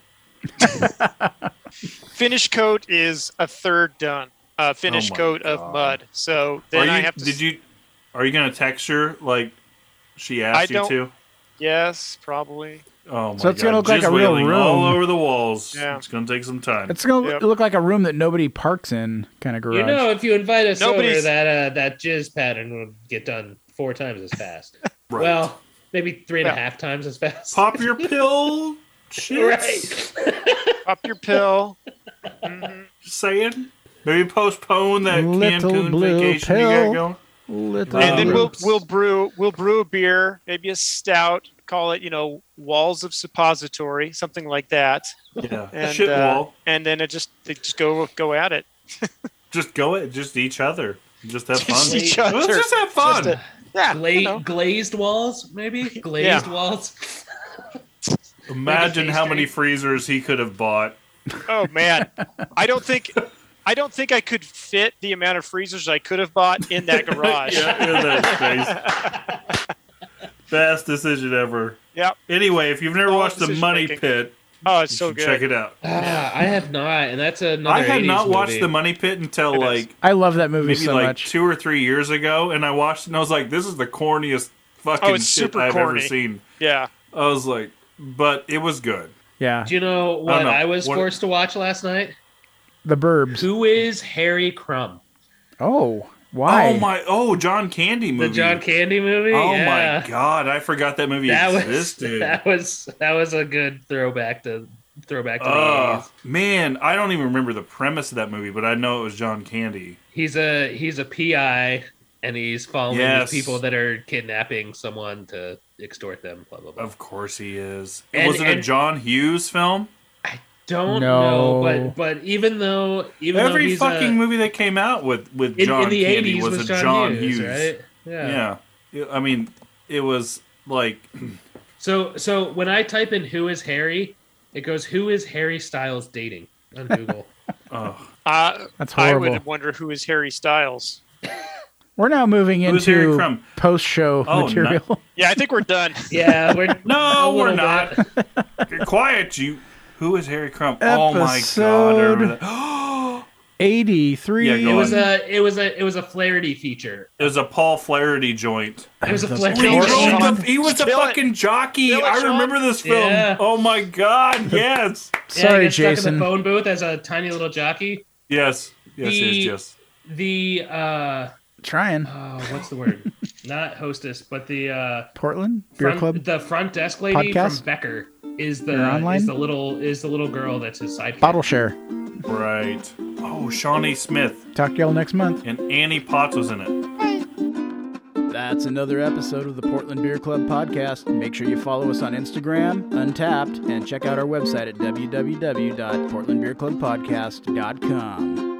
Finish coat is a third done. Uh, finish Oh my coat God. of mud. So then are you, I have to. did you? Are you gonna text her like she I asked you don't- to? Yes, probably. Oh my So it's god! gonna look like Jizz a real wailing room. all over the walls. Yeah. It's gonna take some time. It's gonna Yep. look like a room that nobody parks in, kind of garage. You know, if you invite us over, Nobody's- that uh, that jizz pattern would get done four times as fast. Right. Well, maybe three and a Yeah. half times as fast. pop your pill. Shit. right. Pop your pill. Mhm. Just saying. Maybe postpone that Little Cancun blue vacation you pill. got going. Little and then we'll rooms. we'll brew we'll brew a beer, maybe a stout. Call it you know walls of suppository, something like that. Yeah. And, Shit uh, wall. And then it just they just go go at it. Just go it. Just each other. Just have fun. Just each Let's other. just have fun. Just a- yeah. you Gla- know. Glazed walls, maybe glazed walls. Imagine how pastry. many freezers he could have bought. Oh man, I don't think I don't think I could fit the amount of freezers I could have bought in that garage. Yeah, in that space. Best decision ever. Yep. Anyway, if you've never Solid watched The decision Money making. Pit, Oh, it's you so should check good. it out. Ah, I have not, and that's another. I had 80s not watched movie. The Money Pit until It is. like I love that movie maybe so like much. two or three years ago, and I watched it and I was like, "This is the corniest fucking Oh, it's shit super I've ever corny. seen." Yeah. I was like, "But it was good." yeah, Do you know what know. I was What- forced to watch last night? the Burbs. Who is Harry Crumb? Oh, why? Oh my! Oh, John Candy The movie. John Candy movie. Oh yeah. my god! I forgot that movie That was existed. that was that was a good throwback to throwback to the Ugh, 80s. man, I don't even remember the premise of that movie, but I know it was John Candy. He's a he's a PI and he's following Yes. these people that are kidnapping someone to extort them. Blah blah blah. Of course he is. And- was it a and- John Hughes film? No. Don't know, but but even though even though Every he's fucking a, movie that came out with with in, John in the Candy eighties was, was a John, Hughes, right? Yeah. I mean, it was like So so when I type in who is Harry, it goes who is Harry Styles dating on Google. oh, Uh, That's I horrible. would wonder who is Harry Styles. We're now moving Who's Harry into Crumb? post-show Oh, material. Yeah, I think we're done. yeah, we're No, a we're little not. bit. You're quiet, you. Who is Harry Crumb? Oh my god! I remember that. Eighty-three. Yeah, go It was on. a it was a it was a Flaherty feature. it was a Paul Flaherty joint. It was a The Flaherty. He, Kill rode Sean. the- he was a Kill it. fucking jockey. Kill it, I Sean. remember this film. Yeah. Oh my god! Yes, Yeah, he Sorry, gets Stuck in Jason. the phone booth as a tiny little jockey. yes, yes, yes, The- yes. The uh, Trying oh, what's the word? not hostess, but the uh, Portland Beer front, Club the front desk lady Podcast? from Becker is You're the online? is the little is the little girl that's his sidekick. bottle share. Right. Oh, Shawnee Smith Talk to y'all next month. and Annie Potts was in it. That's another episode of the Portland Beer Club podcast. Make sure you follow us on Instagram, Untapped, and check out our website at www.portlandbeerclubpodcast.com.